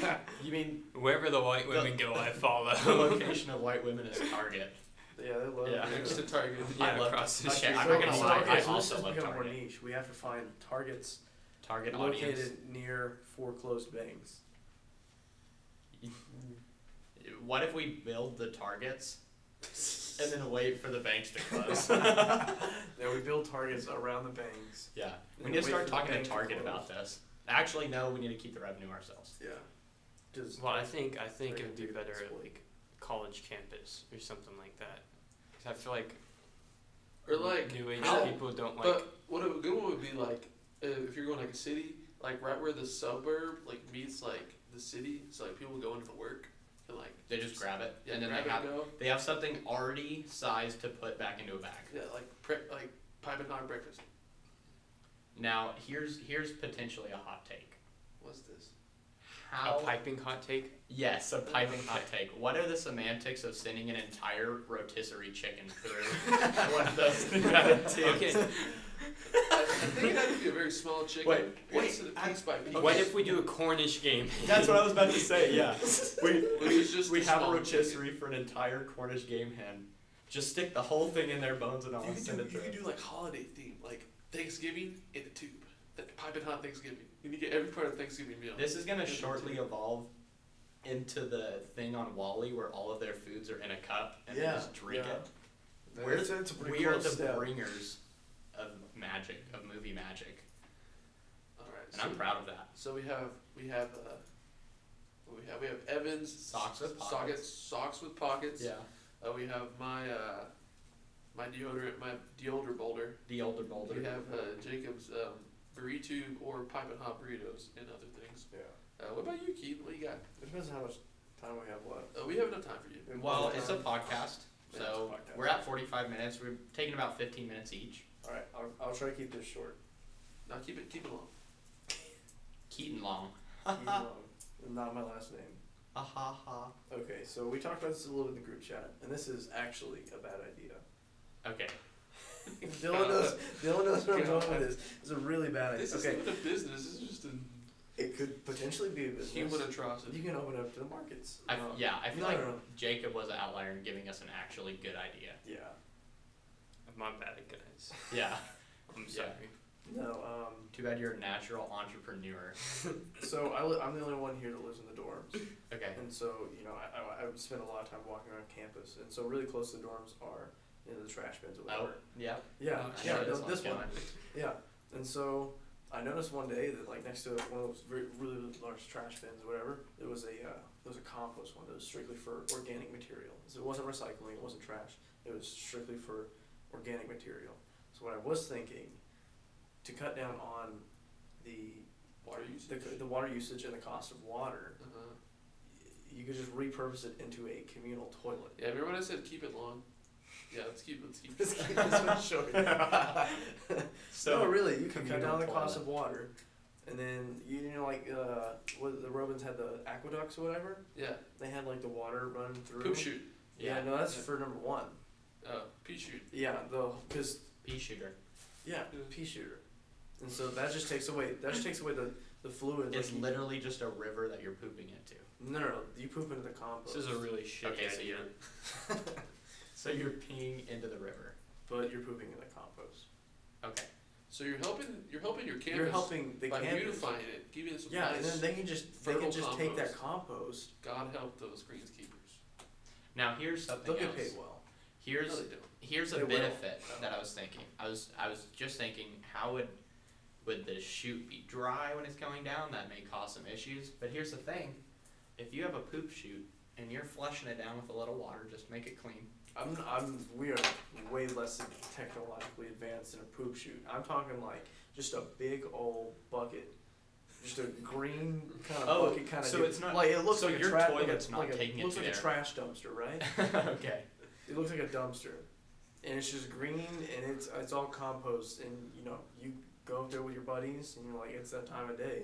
[SPEAKER 2] You mean
[SPEAKER 4] Wherever the white
[SPEAKER 2] The-
[SPEAKER 4] women go, I follow.
[SPEAKER 2] the location of white women is Target?
[SPEAKER 3] Yeah, they love
[SPEAKER 2] Yeah.
[SPEAKER 3] it.
[SPEAKER 1] Next to Target.
[SPEAKER 4] Yeah,
[SPEAKER 2] I love
[SPEAKER 4] across the
[SPEAKER 2] okay,
[SPEAKER 4] street.
[SPEAKER 2] I'm not gonna
[SPEAKER 3] So-
[SPEAKER 2] lie.
[SPEAKER 3] okay,
[SPEAKER 2] I
[SPEAKER 3] so this
[SPEAKER 2] also
[SPEAKER 3] has
[SPEAKER 2] love
[SPEAKER 3] become more
[SPEAKER 2] Target.
[SPEAKER 3] niche. We have to find targets
[SPEAKER 2] Target
[SPEAKER 3] located
[SPEAKER 2] audience.
[SPEAKER 3] near foreclosed banks.
[SPEAKER 2] What if we build the targets and then wait for the banks to close?
[SPEAKER 3] Then we build targets around the banks.
[SPEAKER 2] yeah. We
[SPEAKER 3] And
[SPEAKER 2] need to
[SPEAKER 3] wait
[SPEAKER 2] start
[SPEAKER 3] for the
[SPEAKER 2] talking to
[SPEAKER 3] bank to
[SPEAKER 2] Target
[SPEAKER 3] close.
[SPEAKER 2] about this. Actually, no, we need to keep the revenue ourselves.
[SPEAKER 3] Yeah. Does
[SPEAKER 4] Well, I think I think it would be
[SPEAKER 3] Target
[SPEAKER 4] better at
[SPEAKER 3] exploit.
[SPEAKER 4] like college campus or something like that. 'Cause I feel like
[SPEAKER 1] Or like
[SPEAKER 4] new age
[SPEAKER 1] how-
[SPEAKER 4] people don't like.
[SPEAKER 1] But what a good one would be like uh, if you're going like a city, like right where the suburb like meets like the city, so like people go into work and like
[SPEAKER 2] They just grab it
[SPEAKER 1] yeah,
[SPEAKER 2] and then
[SPEAKER 1] grab
[SPEAKER 2] they
[SPEAKER 1] it
[SPEAKER 2] have
[SPEAKER 1] go.
[SPEAKER 2] they have something already sized to put back into a bag.
[SPEAKER 1] Yeah, like pre- like pipe and hot breakfast.
[SPEAKER 2] Now here's here's potentially a hot take.
[SPEAKER 1] What's this?
[SPEAKER 2] How
[SPEAKER 4] a piping hot take.
[SPEAKER 2] Yes, a piping hot take. What are the semantics of sending an entire rotisserie chicken through one of those tubes?
[SPEAKER 4] Okay.
[SPEAKER 1] I, I think it had to be a very small chicken.
[SPEAKER 2] Wait, wait,
[SPEAKER 1] Piece of- piece by piece.
[SPEAKER 4] What if we do a Cornish game?
[SPEAKER 2] That's what I was about to say. Yeah, we
[SPEAKER 1] It was just
[SPEAKER 2] we
[SPEAKER 1] a
[SPEAKER 2] have a
[SPEAKER 1] small
[SPEAKER 2] rotisserie for an entire Cornish game hen. Just stick the whole thing in their bones and I'll
[SPEAKER 1] You
[SPEAKER 2] send
[SPEAKER 1] could
[SPEAKER 2] it
[SPEAKER 1] do, you could
[SPEAKER 2] through.
[SPEAKER 1] do like holiday theme, like Thanksgiving in a tube, then pipe I've been on Thanksgiving. You need to get every part of Thanksgiving meal.
[SPEAKER 2] This is gonna shortly evolve into the thing on Wally where all of their foods are in a cup and
[SPEAKER 3] Yeah,
[SPEAKER 2] they just drink
[SPEAKER 3] yeah.
[SPEAKER 2] it.
[SPEAKER 3] That's-
[SPEAKER 2] We're-
[SPEAKER 3] that's a pretty
[SPEAKER 2] we are
[SPEAKER 3] close
[SPEAKER 2] the
[SPEAKER 3] step.
[SPEAKER 2] bringers of magic, of movie magic,
[SPEAKER 1] All right.
[SPEAKER 2] and
[SPEAKER 1] so,
[SPEAKER 2] I'm proud of that.
[SPEAKER 1] so we have we have uh, what we have we have Evans
[SPEAKER 2] Socks with
[SPEAKER 1] sockets socks with pockets.
[SPEAKER 2] Yeah,
[SPEAKER 1] Uh, we have my uh, my deodorant my deodorant boulder.
[SPEAKER 2] the older Boulder.
[SPEAKER 1] We have uh, Jacob's um, burrito or pipe and hot burritos and other things.
[SPEAKER 3] Yeah.
[SPEAKER 1] Uh, what about you, Keith? What you got?
[SPEAKER 3] It depends on how much time we have left. um,
[SPEAKER 1] Uh, we have enough time for you.
[SPEAKER 3] And
[SPEAKER 2] Well,
[SPEAKER 3] what
[SPEAKER 2] it's a
[SPEAKER 3] time-
[SPEAKER 2] podcast,
[SPEAKER 3] Yeah,
[SPEAKER 2] so
[SPEAKER 3] it's a podcast.
[SPEAKER 2] we're at 45 minutes. We're taking about 15 minutes each.
[SPEAKER 3] All right, I'll, I'll try to keep this short.
[SPEAKER 1] Now keep it keep it long.
[SPEAKER 2] Keaton Long.
[SPEAKER 3] Even though um, not my last name.
[SPEAKER 2] Ah ha ha.
[SPEAKER 3] Okay, so we talked about this a little in the group chat, and this is actually a bad idea.
[SPEAKER 2] Okay.
[SPEAKER 3] Dylan knows. Dylan knows where I'm going with this. It's a really bad idea.
[SPEAKER 1] This
[SPEAKER 3] Okay,
[SPEAKER 1] isn't a business. This is just a
[SPEAKER 3] it could potentially be a business.
[SPEAKER 1] human atrocity.
[SPEAKER 3] You can open it up to the markets. Um,
[SPEAKER 2] I,
[SPEAKER 1] No.
[SPEAKER 2] yeah, I feel
[SPEAKER 3] Oh. No,
[SPEAKER 2] like
[SPEAKER 3] no, no.
[SPEAKER 2] Jacob was an outlier in giving us an actually good idea.
[SPEAKER 3] Yeah.
[SPEAKER 4] My bad, guys.
[SPEAKER 2] Yeah.
[SPEAKER 4] I'm
[SPEAKER 2] Yeah.
[SPEAKER 4] sorry.
[SPEAKER 3] No. Um.
[SPEAKER 2] Too bad you're a natural entrepreneur.
[SPEAKER 3] So I li- I'm the only one here that lives in the dorms,
[SPEAKER 2] Okay.
[SPEAKER 3] and so you know I I, I spend a lot of time walking around campus, and so really close to the dorms are you know the trash bins or
[SPEAKER 2] Oh,
[SPEAKER 3] whatever.
[SPEAKER 2] yeah.
[SPEAKER 3] Yeah.
[SPEAKER 1] I
[SPEAKER 3] Yeah.
[SPEAKER 1] know
[SPEAKER 3] no,
[SPEAKER 2] one's
[SPEAKER 3] This one.
[SPEAKER 2] going.
[SPEAKER 3] Yeah, and so I noticed one day that like next to one of those very, really, really large trash bins, or whatever, there was a uh, there was a compost one that was strictly for organic material. So it wasn't recycling, it wasn't trash. It was strictly for organic material. So what I was thinking, to cut down on the
[SPEAKER 1] Water usage.
[SPEAKER 3] the, the water usage and the cost of water,
[SPEAKER 1] Uh-huh.
[SPEAKER 3] you could just repurpose it into a communal toilet.
[SPEAKER 1] Yeah, remember when I said keep it long? Yeah, let's keep let's keep.
[SPEAKER 3] Just keep this one short. no, really, you can cut
[SPEAKER 2] communal
[SPEAKER 3] down the cost
[SPEAKER 2] toilet.
[SPEAKER 3] of water, and then you, know, like uh, what the Romans had the aqueducts or whatever.
[SPEAKER 1] Yeah,
[SPEAKER 3] They had like the water run through.
[SPEAKER 1] poop shoot.
[SPEAKER 3] Yeah,
[SPEAKER 2] Yeah.
[SPEAKER 3] no, that's
[SPEAKER 1] Yeah.
[SPEAKER 3] for number one.
[SPEAKER 1] Uh, pea shoot.
[SPEAKER 3] Yeah, though, because
[SPEAKER 2] Pea shooter.
[SPEAKER 3] yeah,
[SPEAKER 1] Yeah.
[SPEAKER 3] pea shooter, and so that just takes away that just takes away the the fluid.
[SPEAKER 2] It's
[SPEAKER 3] like, you-
[SPEAKER 2] literally just a river that you're pooping into.
[SPEAKER 3] no, no, no, you poop into the compost.
[SPEAKER 2] really shitty
[SPEAKER 4] Okay, so
[SPEAKER 2] So
[SPEAKER 4] you're-
[SPEAKER 2] you're, so you're peeing into the river.
[SPEAKER 3] but you're pooping in the compost.
[SPEAKER 2] Okay.
[SPEAKER 1] So you're helping you're helping your campus
[SPEAKER 3] you're helping the
[SPEAKER 1] by
[SPEAKER 3] campus.
[SPEAKER 1] beautifying it, giving it some
[SPEAKER 3] Yeah, and
[SPEAKER 1] nice.
[SPEAKER 3] then they can just they
[SPEAKER 1] fertile
[SPEAKER 3] can just take that
[SPEAKER 1] compost.
[SPEAKER 3] compost.
[SPEAKER 1] God help those greenskeepers.
[SPEAKER 2] Now here's
[SPEAKER 3] They'll
[SPEAKER 2] something
[SPEAKER 3] get
[SPEAKER 2] else.
[SPEAKER 3] paid well.
[SPEAKER 1] No,
[SPEAKER 2] Here's
[SPEAKER 1] they don't.
[SPEAKER 2] here's a
[SPEAKER 3] They will.
[SPEAKER 2] benefit that I was thinking. I was I was just thinking how would would the chute be dry when it's going down? That may cause some issues. But here's the thing, if you have a poop chute and you're flushing it down with a little water, just make it clean.
[SPEAKER 3] I'm, I'm, we are way less technologically advanced than a poop chute. I'm talking like just a big old bucket, just a green kind of
[SPEAKER 2] Oh,
[SPEAKER 3] bucket kind of.
[SPEAKER 2] so it's not-
[SPEAKER 3] like it looks
[SPEAKER 2] so
[SPEAKER 3] like
[SPEAKER 2] your
[SPEAKER 3] a tra- like a-
[SPEAKER 2] toilet's not
[SPEAKER 3] like a,
[SPEAKER 2] taking it
[SPEAKER 3] looks
[SPEAKER 2] to
[SPEAKER 3] like a
[SPEAKER 2] there.
[SPEAKER 3] trash dumpster, right?
[SPEAKER 2] okay.
[SPEAKER 3] it looks like a dumpster, and it's just green and it's it's all compost and you know you go up there with your buddies and you're like it's that time of day,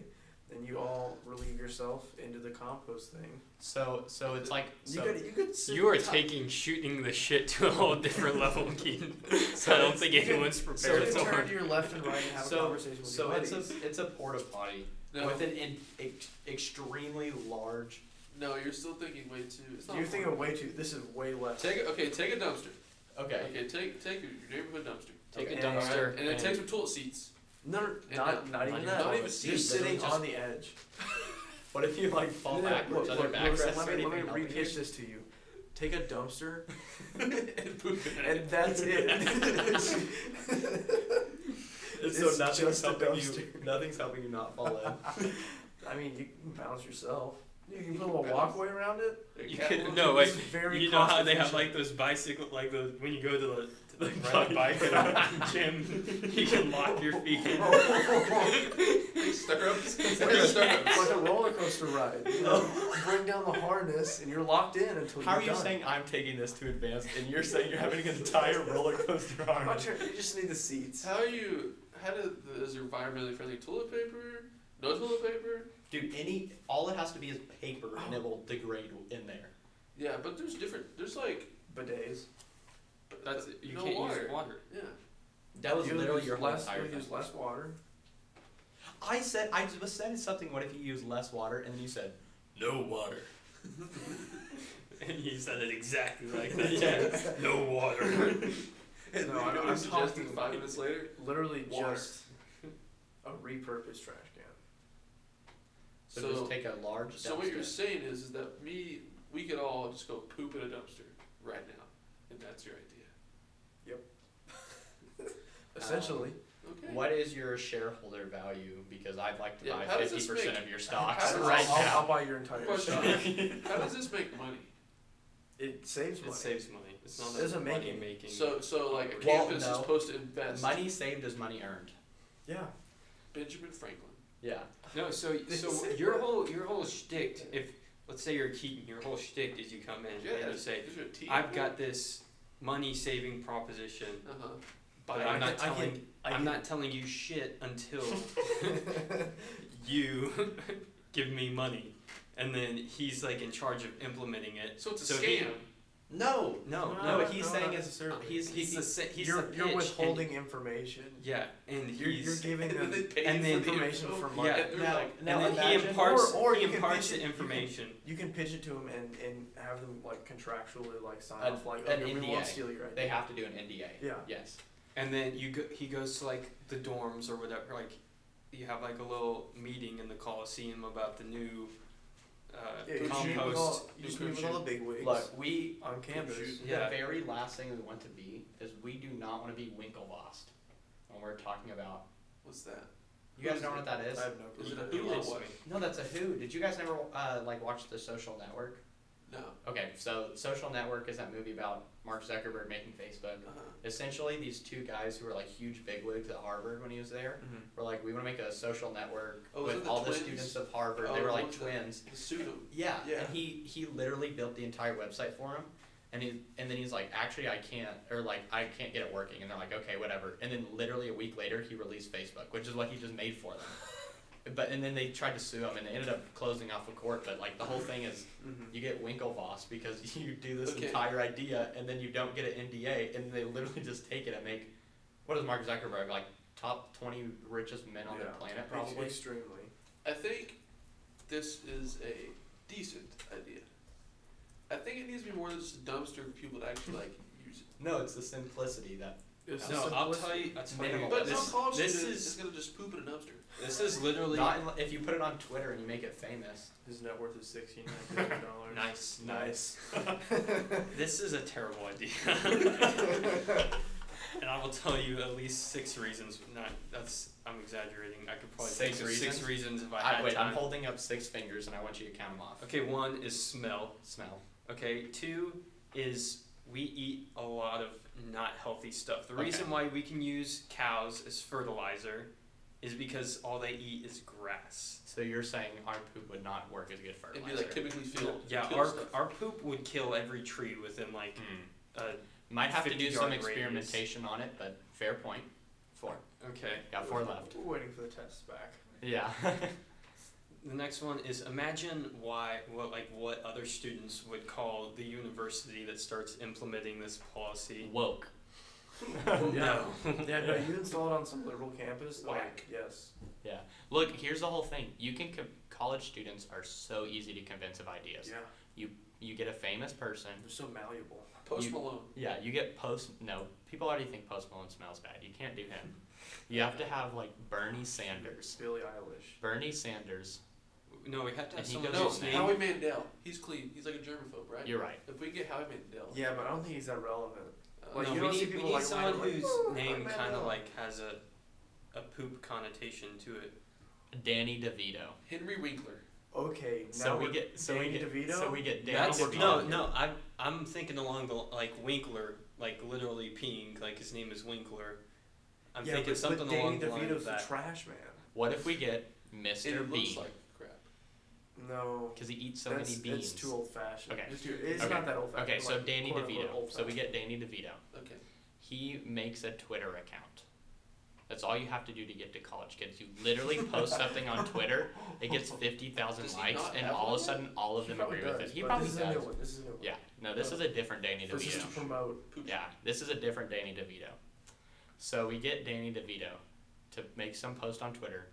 [SPEAKER 3] and you all relieve yourself into the compost thing.
[SPEAKER 2] So so it's like
[SPEAKER 3] you
[SPEAKER 2] so
[SPEAKER 3] could you could sit
[SPEAKER 4] You are
[SPEAKER 3] top-
[SPEAKER 4] taking shooting the shit to a whole different level, Keaton. So I don't think
[SPEAKER 3] you can-
[SPEAKER 4] anyone's
[SPEAKER 3] So you
[SPEAKER 4] prepared
[SPEAKER 3] can
[SPEAKER 4] for
[SPEAKER 3] turn
[SPEAKER 4] it.
[SPEAKER 3] to your left and right and have a
[SPEAKER 2] so,
[SPEAKER 3] conversation with
[SPEAKER 2] so
[SPEAKER 3] your
[SPEAKER 2] it's
[SPEAKER 3] buddies.
[SPEAKER 2] a it's a porta potty
[SPEAKER 3] Oh,
[SPEAKER 1] No,
[SPEAKER 2] with an in, ex, extremely large.
[SPEAKER 1] no, you're still thinking way too. It's not
[SPEAKER 3] You're thinking
[SPEAKER 1] portable.
[SPEAKER 3] way too. This is way less.
[SPEAKER 1] Take a- okay, take a dumpster.
[SPEAKER 2] Okay.
[SPEAKER 1] Okay, take take your, your neighborhood dumpster.
[SPEAKER 2] Take
[SPEAKER 3] Okay.
[SPEAKER 2] a dumpster
[SPEAKER 1] and then take some toilet seats.
[SPEAKER 3] no, no,
[SPEAKER 1] And
[SPEAKER 3] not, not even that.
[SPEAKER 1] Not even
[SPEAKER 3] You're
[SPEAKER 1] seats.
[SPEAKER 3] sitting
[SPEAKER 1] Just-
[SPEAKER 3] on the edge.
[SPEAKER 2] What if you like fall
[SPEAKER 3] No, no, no,
[SPEAKER 2] backwards?
[SPEAKER 3] look,
[SPEAKER 2] Other
[SPEAKER 3] look, listen,
[SPEAKER 2] backrests or
[SPEAKER 3] Let me, let me
[SPEAKER 2] anything helping you?
[SPEAKER 3] re-pitch this to you. Take a dumpster,
[SPEAKER 1] and poop in it.
[SPEAKER 3] and that's it.
[SPEAKER 2] It's
[SPEAKER 3] It's
[SPEAKER 2] so nothing's
[SPEAKER 3] just a
[SPEAKER 2] helping you.
[SPEAKER 3] dumpster.
[SPEAKER 2] Nothing's helping you not fall in.
[SPEAKER 3] I mean, you can balance yourself. You can put a
[SPEAKER 1] can
[SPEAKER 3] little
[SPEAKER 1] balance.
[SPEAKER 3] walkway around it.
[SPEAKER 1] Like
[SPEAKER 4] You
[SPEAKER 1] cat
[SPEAKER 4] could-
[SPEAKER 1] walk.
[SPEAKER 4] no,
[SPEAKER 3] This
[SPEAKER 4] wait.
[SPEAKER 3] is very
[SPEAKER 4] you know how they have
[SPEAKER 3] cost-efficient.
[SPEAKER 4] like those bicycle, like the when you go to the, to the,
[SPEAKER 2] The
[SPEAKER 4] ride a bike at a gym, you can lock your feet. in.
[SPEAKER 1] Stirrups.
[SPEAKER 3] It's like, a, like a roller coaster ride. You know? Bring down the harness, and you're locked in until
[SPEAKER 2] How
[SPEAKER 3] you're
[SPEAKER 2] are you
[SPEAKER 3] done.
[SPEAKER 2] saying I'm taking this too advanced, and you're saying you're having an entire roller coaster
[SPEAKER 3] I'm
[SPEAKER 2] ride?
[SPEAKER 3] not sure. You just need the seats.
[SPEAKER 1] How are you? How did the, is your environmentally friendly toilet paper? No toilet paper?
[SPEAKER 2] Dude, any all it has to be is paper, and it will degrade in there.
[SPEAKER 1] Yeah, but there's different. There's like
[SPEAKER 3] Bidets.
[SPEAKER 1] but that's it.
[SPEAKER 4] You
[SPEAKER 1] no
[SPEAKER 4] can't
[SPEAKER 1] water.
[SPEAKER 4] use water.
[SPEAKER 1] Yeah.
[SPEAKER 2] That was
[SPEAKER 3] You would
[SPEAKER 2] literally
[SPEAKER 3] use
[SPEAKER 2] your whole
[SPEAKER 3] less,
[SPEAKER 2] entire
[SPEAKER 3] you would use
[SPEAKER 2] thing.
[SPEAKER 3] less water.
[SPEAKER 2] I said I was saying something. What if you use less water? And you said no water.
[SPEAKER 4] And you said it exactly like that. yeah. No water.
[SPEAKER 1] And then
[SPEAKER 3] No, I'm-
[SPEAKER 1] you know what
[SPEAKER 3] I'm
[SPEAKER 1] suggested
[SPEAKER 3] talking-
[SPEAKER 1] five minutes later.
[SPEAKER 3] Literally
[SPEAKER 1] Water.
[SPEAKER 3] just a repurposed trash can.
[SPEAKER 2] So,
[SPEAKER 1] So-
[SPEAKER 2] just take a large dumpster.
[SPEAKER 1] So what you're saying is, is that me, we could all just go poop in a dumpster right now, and that's your idea.
[SPEAKER 3] Essentially,
[SPEAKER 1] Okay.
[SPEAKER 2] What is your shareholder value? Because I'd like to
[SPEAKER 1] Yeah, how
[SPEAKER 2] buy
[SPEAKER 1] does
[SPEAKER 2] fifty
[SPEAKER 1] this
[SPEAKER 2] percent
[SPEAKER 1] make-
[SPEAKER 2] of your
[SPEAKER 1] how
[SPEAKER 2] stocks
[SPEAKER 1] does
[SPEAKER 2] right
[SPEAKER 1] this-
[SPEAKER 3] I'll, I'll
[SPEAKER 2] now.
[SPEAKER 3] buy your entire
[SPEAKER 1] Question.
[SPEAKER 3] shop.
[SPEAKER 1] How does this make money?
[SPEAKER 3] It saves
[SPEAKER 4] It
[SPEAKER 3] money.
[SPEAKER 4] saves money. It's not
[SPEAKER 3] It doesn't make
[SPEAKER 4] money
[SPEAKER 3] any-
[SPEAKER 4] making.
[SPEAKER 1] So, so like a
[SPEAKER 2] Well,
[SPEAKER 1] campus is
[SPEAKER 2] no.
[SPEAKER 1] supposed to invest.
[SPEAKER 2] Money saved is money earned.
[SPEAKER 3] Yeah.
[SPEAKER 1] Benjamin Franklin.
[SPEAKER 2] Yeah.
[SPEAKER 4] No, so so your whole your whole shtick. If let's say you're a Keaton, your whole shtick is you come in and you
[SPEAKER 1] that's-
[SPEAKER 4] say,
[SPEAKER 1] these are team
[SPEAKER 4] "I've
[SPEAKER 1] here.
[SPEAKER 4] got this money saving proposition,
[SPEAKER 1] Uh-huh.
[SPEAKER 4] but
[SPEAKER 3] I
[SPEAKER 4] I'm not
[SPEAKER 3] can- I
[SPEAKER 4] telling
[SPEAKER 3] can- I
[SPEAKER 4] I'm
[SPEAKER 3] can-
[SPEAKER 4] not telling you shit until you give me money." And then he's like in charge of implementing it.
[SPEAKER 1] So it's a
[SPEAKER 4] he-
[SPEAKER 1] scam.
[SPEAKER 2] No.
[SPEAKER 4] no,
[SPEAKER 3] No,
[SPEAKER 4] no,
[SPEAKER 3] no,
[SPEAKER 4] he's
[SPEAKER 3] no,
[SPEAKER 4] saying
[SPEAKER 3] not
[SPEAKER 4] it's
[SPEAKER 3] necessarily.
[SPEAKER 4] he's he's the se- he's
[SPEAKER 3] you're
[SPEAKER 4] the
[SPEAKER 3] you're
[SPEAKER 4] pitch and-
[SPEAKER 3] withholding information.
[SPEAKER 4] yeah, and
[SPEAKER 3] You're,
[SPEAKER 4] he's
[SPEAKER 3] you're giving
[SPEAKER 1] And
[SPEAKER 3] them
[SPEAKER 1] then they pay
[SPEAKER 4] and
[SPEAKER 1] you
[SPEAKER 4] then
[SPEAKER 1] for the
[SPEAKER 3] information
[SPEAKER 1] info.
[SPEAKER 3] for money.
[SPEAKER 4] yeah.
[SPEAKER 1] And they're
[SPEAKER 2] Now-
[SPEAKER 1] like,
[SPEAKER 2] now
[SPEAKER 4] and then he
[SPEAKER 2] imagine-
[SPEAKER 4] imparts
[SPEAKER 3] Or- or
[SPEAKER 4] he
[SPEAKER 3] you can
[SPEAKER 4] imparts
[SPEAKER 3] pitch
[SPEAKER 4] the
[SPEAKER 3] it- you can-
[SPEAKER 4] information.
[SPEAKER 3] You can pitch it to them and, and have them like contractually like sign
[SPEAKER 2] An-
[SPEAKER 3] off like
[SPEAKER 2] an
[SPEAKER 3] okay, we
[SPEAKER 2] NDA.
[SPEAKER 3] won't steal your idea.
[SPEAKER 2] They have to do an NDA.
[SPEAKER 3] Yeah.
[SPEAKER 2] Yes.
[SPEAKER 4] And then you go, he goes to like the dorms or whatever. Like you have like a little meeting in the Coliseum about the new uh,
[SPEAKER 3] yeah, you just meet with
[SPEAKER 4] compost.
[SPEAKER 3] all, you just meet with all the big wigs
[SPEAKER 2] Look, we
[SPEAKER 3] on campus.
[SPEAKER 1] shoot.
[SPEAKER 4] Yeah.
[SPEAKER 2] the very last thing we want to be is we do not want to be Winklevoss when we're talking about.
[SPEAKER 1] what's that?
[SPEAKER 2] You guys know what that is?
[SPEAKER 3] I have no
[SPEAKER 1] Is it
[SPEAKER 3] clue.
[SPEAKER 1] a
[SPEAKER 4] He
[SPEAKER 1] who or
[SPEAKER 4] likes
[SPEAKER 1] what?
[SPEAKER 4] me.
[SPEAKER 2] No, that's a Who. Did you guys never uh, like watch The Social Network?
[SPEAKER 1] No. Uh-huh.
[SPEAKER 2] Okay, so Social Network is that movie about Mark Zuckerberg making Facebook.
[SPEAKER 1] Uh-huh.
[SPEAKER 2] Essentially, these two guys who were like huge bigwigs at Harvard when he was there were like, we want to make a social network
[SPEAKER 1] Oh, was it
[SPEAKER 2] with
[SPEAKER 1] the
[SPEAKER 2] all
[SPEAKER 1] twins?
[SPEAKER 2] the students of Harvard. they
[SPEAKER 1] Oh,
[SPEAKER 2] were like
[SPEAKER 1] what's that?
[SPEAKER 2] twins.
[SPEAKER 1] The pseudo.
[SPEAKER 2] Yeah,
[SPEAKER 1] Yeah.
[SPEAKER 2] and he he literally built the entire website for him, and he and then he's like, actually, I can't, or like, I can't get it working, and they're like, okay, whatever. And then literally a week later, he released Facebook, which is what he just made for them. but and then they tried to sue him, and they ended up closing off the court. But like the whole thing is, you get Winklevoss because you do this
[SPEAKER 1] Mm-hmm. Okay.
[SPEAKER 2] entire idea, and then you don't get an NDA, and they literally just take it and make what is Mark Zuckerberg like top twenty richest men on the
[SPEAKER 3] Yeah.
[SPEAKER 2] planet
[SPEAKER 3] Ex-
[SPEAKER 2] probably.
[SPEAKER 3] Extremely.
[SPEAKER 1] I think this is a decent idea. I think it needs to be more than just a dumpster for people to actually like use it.
[SPEAKER 2] No, it's the simplicity that
[SPEAKER 3] It's
[SPEAKER 4] No,
[SPEAKER 3] the
[SPEAKER 4] I'll tell
[SPEAKER 3] simplicity.
[SPEAKER 4] you. I'll tell you
[SPEAKER 2] Minimal.
[SPEAKER 4] what,
[SPEAKER 1] But
[SPEAKER 4] this,
[SPEAKER 1] no college
[SPEAKER 4] this
[SPEAKER 1] student is
[SPEAKER 4] is
[SPEAKER 1] gonna just poop in a dumpster.
[SPEAKER 4] this is literally
[SPEAKER 2] Not unle- if you put it on Twitter and you make it famous.
[SPEAKER 3] His net worth is sixteen million dollars.
[SPEAKER 4] nice.
[SPEAKER 3] Nice.
[SPEAKER 4] This is a terrible idea. and I will tell you at least six reasons. Not that's I'm exaggerating. I could probably
[SPEAKER 2] Six
[SPEAKER 4] think of
[SPEAKER 2] reasons?
[SPEAKER 4] six reasons if I
[SPEAKER 2] I,
[SPEAKER 4] had
[SPEAKER 2] wait,
[SPEAKER 4] time.
[SPEAKER 2] I'm holding up six fingers and I want you to count them off.
[SPEAKER 4] okay, one is smell.
[SPEAKER 2] Smell.
[SPEAKER 4] Okay, two is we eat a lot of not healthy stuff. The
[SPEAKER 2] Okay.
[SPEAKER 4] reason why we can use cows as fertilizer is because all they eat is grass.
[SPEAKER 2] So you're saying our poop would not work as good
[SPEAKER 1] It'd be
[SPEAKER 2] fertilizer?
[SPEAKER 1] like typically filled.
[SPEAKER 4] Yeah,
[SPEAKER 1] kill
[SPEAKER 4] our,
[SPEAKER 1] stuff.
[SPEAKER 4] our poop would kill every tree within like
[SPEAKER 2] Hmm.
[SPEAKER 4] a.
[SPEAKER 2] Might have to
[SPEAKER 4] 50
[SPEAKER 2] do some
[SPEAKER 4] yard radius.
[SPEAKER 2] experimentation on it, but fair point. Four.
[SPEAKER 4] Okay.
[SPEAKER 2] Got four left.
[SPEAKER 3] We're waiting for the tests back.
[SPEAKER 2] Yeah.
[SPEAKER 4] The next one is imagine why what like what other students would call the university that starts implementing this policy.
[SPEAKER 2] Woke.
[SPEAKER 4] No.
[SPEAKER 3] Yeah, no, you install it on some liberal campus. like,
[SPEAKER 1] Whack.
[SPEAKER 3] yes.
[SPEAKER 2] Look, here's the whole thing. You can co- college students are so easy to convince of ideas.
[SPEAKER 3] Yeah.
[SPEAKER 2] You get a famous person.
[SPEAKER 3] They're so malleable.
[SPEAKER 1] Post
[SPEAKER 2] you-
[SPEAKER 1] Malone.
[SPEAKER 2] Yeah, you get post. No, people already think Post Malone smells bad. You can't do him. You have to have like Bernie Sanders.
[SPEAKER 3] Billie Eilish.
[SPEAKER 2] Bernie Sanders.
[SPEAKER 4] No, we have to have
[SPEAKER 2] And he
[SPEAKER 4] someone
[SPEAKER 2] goes
[SPEAKER 1] No,
[SPEAKER 4] whose
[SPEAKER 2] name.
[SPEAKER 1] Howie Mandel. He's clean. He's like a germaphobe, right?
[SPEAKER 2] You're right.
[SPEAKER 1] If we get Howie Mandel,
[SPEAKER 3] Yeah, but I don't think he's that relevant.
[SPEAKER 1] uh,
[SPEAKER 3] Like,
[SPEAKER 4] no,
[SPEAKER 3] you
[SPEAKER 4] we
[SPEAKER 3] don't see
[SPEAKER 4] need, we
[SPEAKER 3] people
[SPEAKER 4] need
[SPEAKER 3] like
[SPEAKER 4] someone
[SPEAKER 3] lying, like,
[SPEAKER 4] whose
[SPEAKER 3] "Ooh,
[SPEAKER 4] name
[SPEAKER 3] my
[SPEAKER 4] kind of
[SPEAKER 3] bad."
[SPEAKER 4] like has a a poop connotation to it.
[SPEAKER 2] Danny DeVito.
[SPEAKER 1] Henry Winkler.
[SPEAKER 3] Okay, now
[SPEAKER 2] So we
[SPEAKER 3] we're-
[SPEAKER 2] get so
[SPEAKER 3] Danny
[SPEAKER 2] we get
[SPEAKER 3] DeVito?
[SPEAKER 2] so we get Danny
[SPEAKER 4] That's
[SPEAKER 2] DeVito.
[SPEAKER 4] no, no. I'm I'm thinking along the like Winkler, like literally peeing, like his name is Winkler. I'm
[SPEAKER 3] yeah,
[SPEAKER 4] thinking
[SPEAKER 3] but,
[SPEAKER 4] something
[SPEAKER 3] but Danny
[SPEAKER 4] along the lines of
[SPEAKER 3] DeVito's
[SPEAKER 4] that.
[SPEAKER 3] a trash man.
[SPEAKER 2] What if we get
[SPEAKER 1] And
[SPEAKER 2] Mr.
[SPEAKER 1] it
[SPEAKER 2] Bean?
[SPEAKER 1] looks like crap.
[SPEAKER 3] No,
[SPEAKER 2] Because he eats so
[SPEAKER 3] that's,
[SPEAKER 2] many beans.
[SPEAKER 3] that's too old fashioned.
[SPEAKER 2] Okay.
[SPEAKER 3] it's, too- it's
[SPEAKER 2] Okay.
[SPEAKER 3] not that old fashioned.
[SPEAKER 2] okay, so Danny DeVito.
[SPEAKER 3] Old
[SPEAKER 2] So we get Danny DeVito.
[SPEAKER 1] Okay.
[SPEAKER 2] He makes a Twitter account. That's all you have to do to get to college kids. You literally post something on Twitter, it gets fifty thousand
[SPEAKER 1] Does he
[SPEAKER 2] likes,
[SPEAKER 1] not
[SPEAKER 2] and
[SPEAKER 1] have
[SPEAKER 2] all of
[SPEAKER 1] one
[SPEAKER 2] a sudden, all of them agree with it. He probably
[SPEAKER 3] this
[SPEAKER 2] does.
[SPEAKER 3] Is a new one. This is a new one.
[SPEAKER 2] Yeah, no, this is a different Danny
[SPEAKER 3] This is
[SPEAKER 2] DeVito.
[SPEAKER 3] to promote.
[SPEAKER 1] Poop.
[SPEAKER 2] Yeah, this is a different Danny DeVito. So we get Danny DeVito to make some post on Twitter.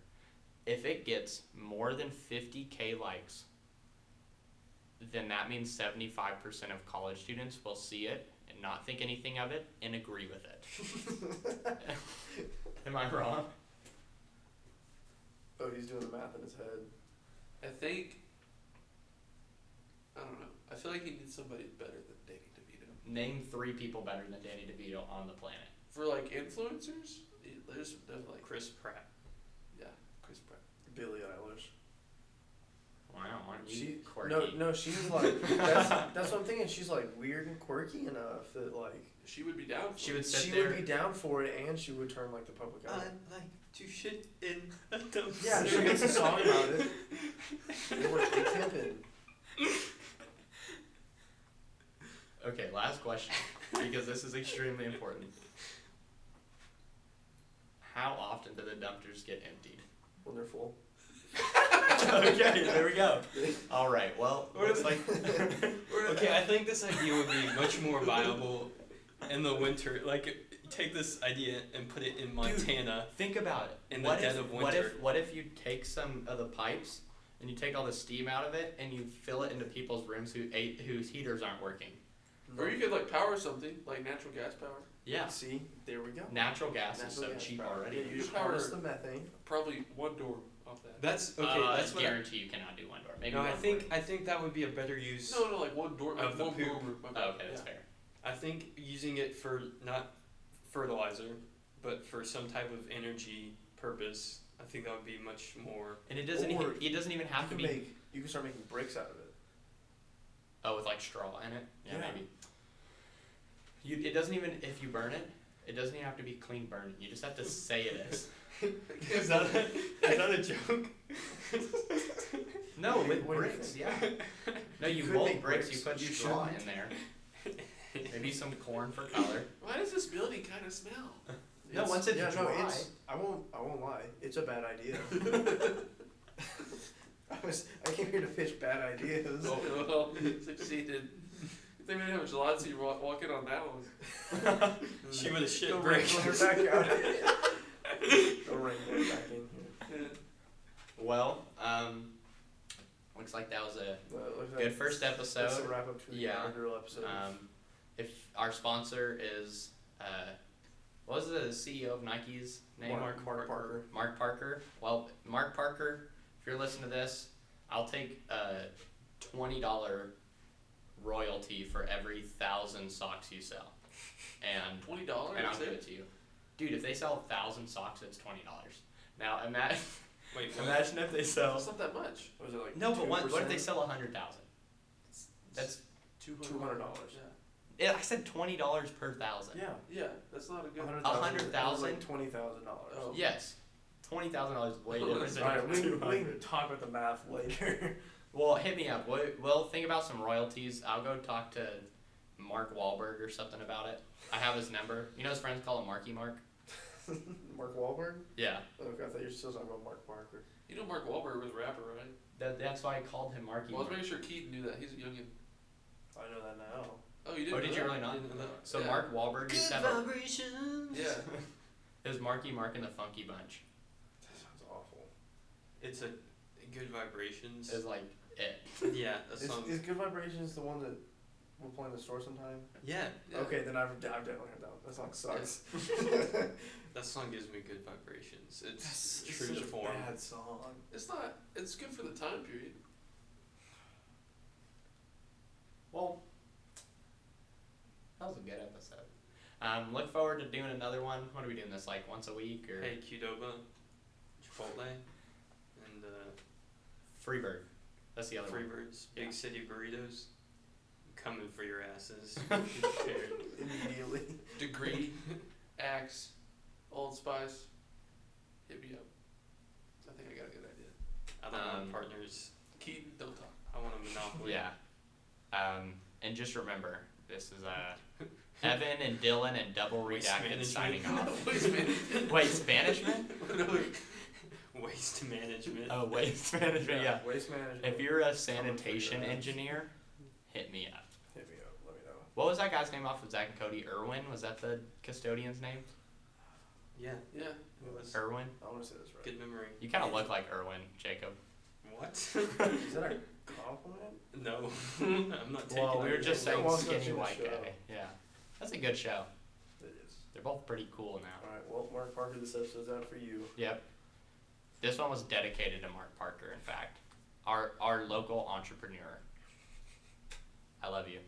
[SPEAKER 2] If it gets more than 50k likes, then that means 75% of college students will see it and not think anything of it and agree with it. Am I wrong?
[SPEAKER 3] Oh, he's doing the math in his head.
[SPEAKER 1] I think. I don't know. I feel like he needs somebody better than Danny DeVito.
[SPEAKER 2] Name three people better than Danny DeVito on the planet.
[SPEAKER 1] For like influencers, yeah, there's definitely like
[SPEAKER 4] Chris Pratt.
[SPEAKER 1] yeah, Chris Pratt.
[SPEAKER 3] Billie Eilish.
[SPEAKER 2] Wow, aren't you
[SPEAKER 3] She
[SPEAKER 2] quirky?
[SPEAKER 3] no no she's like that's that's what I'm thinking. She's like weird and quirky enough that like
[SPEAKER 1] She would be down. For
[SPEAKER 2] She
[SPEAKER 1] it.
[SPEAKER 2] would sit
[SPEAKER 3] she
[SPEAKER 2] there.
[SPEAKER 3] would be down for it and she would turn like the
[SPEAKER 4] Uh,
[SPEAKER 3] public eye.
[SPEAKER 4] like to shit in a dumpster.
[SPEAKER 3] yeah, she makes a song about it. They were pimping.
[SPEAKER 2] okay, last question because this is extremely important. How often do the dumpsters get emptied?
[SPEAKER 3] When they're full.
[SPEAKER 2] okay, there we go. All right. Well,
[SPEAKER 4] What
[SPEAKER 2] looks
[SPEAKER 4] is-
[SPEAKER 2] like
[SPEAKER 4] Okay, I think this idea would be much more viable in the winter. Like, take this idea and put it in Montana.
[SPEAKER 2] think about it.
[SPEAKER 4] In the
[SPEAKER 2] what
[SPEAKER 4] dead
[SPEAKER 2] if,
[SPEAKER 4] of
[SPEAKER 2] What if
[SPEAKER 4] winter.
[SPEAKER 2] what if you take some of the pipes and you take all the steam out of it and you fill it into people's rooms who ate, whose heaters aren't working?
[SPEAKER 1] Or you could like power something like natural gas power.
[SPEAKER 2] Yeah.
[SPEAKER 3] See, there we go.
[SPEAKER 2] Natural gas is
[SPEAKER 3] Natural
[SPEAKER 2] so
[SPEAKER 3] gas
[SPEAKER 2] cheap
[SPEAKER 3] power.
[SPEAKER 2] already.
[SPEAKER 3] Yeah, you just
[SPEAKER 1] Power-
[SPEAKER 3] harness the methane.
[SPEAKER 1] Probably one door off that.
[SPEAKER 4] That's okay.
[SPEAKER 2] uh,
[SPEAKER 4] that's
[SPEAKER 2] I
[SPEAKER 4] what. I,
[SPEAKER 2] guarantee you cannot do one door. Maybe
[SPEAKER 4] no,
[SPEAKER 2] one
[SPEAKER 4] I think
[SPEAKER 2] door.
[SPEAKER 4] I think that would be a better use.
[SPEAKER 1] No, no, like one door, like
[SPEAKER 4] Of the
[SPEAKER 1] one
[SPEAKER 4] poop.
[SPEAKER 1] room. My
[SPEAKER 2] Oh,
[SPEAKER 1] bad.
[SPEAKER 2] okay, that's
[SPEAKER 1] yeah.
[SPEAKER 2] fair.
[SPEAKER 4] I think using it for not fertilizer, but for some type of energy purpose. I think that would be much more.
[SPEAKER 2] And it doesn't.
[SPEAKER 3] Or
[SPEAKER 2] e- it doesn't even have
[SPEAKER 3] you
[SPEAKER 2] to
[SPEAKER 3] can
[SPEAKER 2] be.
[SPEAKER 3] make you can start making bricks out of it.
[SPEAKER 2] Oh, with like straw in it. Yeah,
[SPEAKER 3] Yeah.
[SPEAKER 2] maybe. You. It doesn't even. If you burn it, it doesn't even have to be clean burning. You just have to say it is.
[SPEAKER 4] is that a, is that a joke?
[SPEAKER 2] No,
[SPEAKER 3] Wait,
[SPEAKER 2] with
[SPEAKER 3] what do you
[SPEAKER 2] bricks, yeah. No,
[SPEAKER 3] You
[SPEAKER 2] you,
[SPEAKER 3] could
[SPEAKER 2] mold
[SPEAKER 3] make
[SPEAKER 2] bricks,
[SPEAKER 3] bricks.
[SPEAKER 2] you put
[SPEAKER 3] You
[SPEAKER 2] straw
[SPEAKER 3] shouldn't.
[SPEAKER 2] in there. Maybe some corn for color.
[SPEAKER 1] Why does this building kind of smell?
[SPEAKER 2] No,
[SPEAKER 3] It's-
[SPEAKER 2] once it's
[SPEAKER 3] yeah, no,
[SPEAKER 2] dry-
[SPEAKER 3] it's, I won't. I won't lie. It's a bad idea. I was. I came here to pitch bad ideas.
[SPEAKER 1] Oh, well, succeeded. You think we didn't have gelato you walk, walk in on that one?
[SPEAKER 4] she would have shit
[SPEAKER 3] Go
[SPEAKER 4] brick.
[SPEAKER 3] wrangle her back out. Go wrangle her back in here.
[SPEAKER 1] Uh,
[SPEAKER 2] Well, um, looks like that was a
[SPEAKER 3] Well, it looks like
[SPEAKER 2] good first
[SPEAKER 3] That's the
[SPEAKER 2] episode.
[SPEAKER 3] wrap up to the
[SPEAKER 2] Yeah.
[SPEAKER 3] inaugural episode.
[SPEAKER 2] Um, if our sponsor is, uh, what was the CEO of Nike's name?
[SPEAKER 3] Mark- Mark Parker.
[SPEAKER 2] Mark Parker. Well, Mark Parker, if you're listening to this, I'll take a twenty dollar royalty for every thousand socks you sell, and
[SPEAKER 1] Twenty dollars.
[SPEAKER 2] and I'll give it to you. Dude, if they sell a thousand socks, it's twenty dollars. Now imagine,
[SPEAKER 4] Wait, what?
[SPEAKER 2] imagine if they
[SPEAKER 1] That's
[SPEAKER 2] sell.
[SPEAKER 1] not that much.
[SPEAKER 3] What was it like?
[SPEAKER 2] No, but one, what if they
[SPEAKER 3] 2%?
[SPEAKER 2] sell a hundred thousand? That's
[SPEAKER 1] Two
[SPEAKER 3] $200.
[SPEAKER 2] yeah, I said twenty dollars per thousand.
[SPEAKER 3] Yeah.
[SPEAKER 1] Yeah. Yeah, that's not a good.
[SPEAKER 3] hundred
[SPEAKER 2] A
[SPEAKER 3] thousand.
[SPEAKER 2] hundred thousand?
[SPEAKER 3] Twenty thousand dollars.
[SPEAKER 1] Oh.
[SPEAKER 2] Yes, twenty thousand dollars is way
[SPEAKER 1] Oh,
[SPEAKER 2] different
[SPEAKER 1] that's
[SPEAKER 2] than
[SPEAKER 3] All right, we, can- we
[SPEAKER 2] 200.
[SPEAKER 3] can talk about the math later.
[SPEAKER 2] Well, hit me up. We'll, we'll think about some royalties. I'll go talk to Mark Wahlberg or something about it. I have his number. You know his friends call him Marky Mark.
[SPEAKER 3] Mark Wahlberg?
[SPEAKER 2] Yeah,
[SPEAKER 3] Oh, I thought you were still talking about Mark Parker.
[SPEAKER 1] You know Mark Wahlberg was a rapper, right?
[SPEAKER 2] that, that's why I called him Marky
[SPEAKER 1] Well, I was
[SPEAKER 2] Mark.
[SPEAKER 1] making sure Keaton knew that. He's a youngin.
[SPEAKER 3] I know that now.
[SPEAKER 1] Oh, you didn't.
[SPEAKER 2] Oh,
[SPEAKER 1] know
[SPEAKER 2] did you
[SPEAKER 1] that?
[SPEAKER 2] really not?
[SPEAKER 1] Didn't know that.
[SPEAKER 2] So
[SPEAKER 1] yeah.
[SPEAKER 2] Mark Wahlberg used to have a
[SPEAKER 4] vibrations.
[SPEAKER 1] Yeah.
[SPEAKER 2] It was Marky Mark and the Funky Bunch.
[SPEAKER 3] That sounds awful.
[SPEAKER 4] It's a good vibrations.
[SPEAKER 2] Is like it.
[SPEAKER 4] yeah, a
[SPEAKER 3] Is,
[SPEAKER 4] song.
[SPEAKER 3] is Good Vibrations the one that we'll play in the store sometime?
[SPEAKER 4] yeah,
[SPEAKER 1] Yeah.
[SPEAKER 3] Okay, then I've, I've definitely heard that one. That song sucks.
[SPEAKER 4] that song gives me good vibrations. It's
[SPEAKER 3] It's
[SPEAKER 4] true
[SPEAKER 3] such a
[SPEAKER 4] form.
[SPEAKER 3] bad song.
[SPEAKER 1] It's not. It's good for the time period.
[SPEAKER 2] Well, that was a good episode. Um, look forward to doing another one. What are we doing this like once a week or
[SPEAKER 4] Hey, Qdoba, Chipotle, and uh,
[SPEAKER 2] Freebird? That's the other
[SPEAKER 4] Freebirds,
[SPEAKER 2] Yeah.
[SPEAKER 4] Big City Burritos, coming for your asses.
[SPEAKER 2] one.
[SPEAKER 4] Be prepared.
[SPEAKER 3] Immediately.
[SPEAKER 1] Degree, Axe, Old Spice. Hit me up. I think I got a good idea.
[SPEAKER 4] I don't
[SPEAKER 2] Um,
[SPEAKER 4] want partners.
[SPEAKER 1] Keaton, don't talk.
[SPEAKER 4] I want a monopoly.
[SPEAKER 2] yeah. Um, and just remember, this is uh, Evan and Dylan and Double
[SPEAKER 4] Waste
[SPEAKER 2] Redacted
[SPEAKER 4] management.
[SPEAKER 2] signing off.
[SPEAKER 1] Waste management.
[SPEAKER 2] Wait, Spanish man?
[SPEAKER 1] No, wait.
[SPEAKER 4] Waste management.
[SPEAKER 2] Oh, waste management. Yeah.
[SPEAKER 3] Waste management.
[SPEAKER 2] If you're a
[SPEAKER 3] Someone figure
[SPEAKER 2] sanitation
[SPEAKER 3] it out.
[SPEAKER 2] engineer, hit me up.
[SPEAKER 3] Hit me up. Let me know.
[SPEAKER 2] What was that guy's name off of Zach and Cody? Irwin? Was that the custodian's name?
[SPEAKER 4] Yeah,
[SPEAKER 1] Yeah.
[SPEAKER 4] it was
[SPEAKER 2] Irwin?
[SPEAKER 3] I want to say this right.
[SPEAKER 4] good memory.
[SPEAKER 2] Er, You kind of look like Irwin, Jacob.
[SPEAKER 4] What?
[SPEAKER 3] Is that a compliment?
[SPEAKER 4] no, I'm not taking.
[SPEAKER 2] Well, we were
[SPEAKER 4] that.
[SPEAKER 2] just
[SPEAKER 3] Yeah,
[SPEAKER 2] saying
[SPEAKER 3] well, it's not
[SPEAKER 2] skinny
[SPEAKER 3] in the
[SPEAKER 2] white
[SPEAKER 3] show.
[SPEAKER 2] guy. Yeah. That's a good show.
[SPEAKER 3] It is.
[SPEAKER 2] They're both pretty cool now.
[SPEAKER 3] All right. Well, Mark Parker, this episode's out for you.
[SPEAKER 2] Yep. This one was dedicated to Mark Parker, in fact, our, our local entrepreneur. I love you.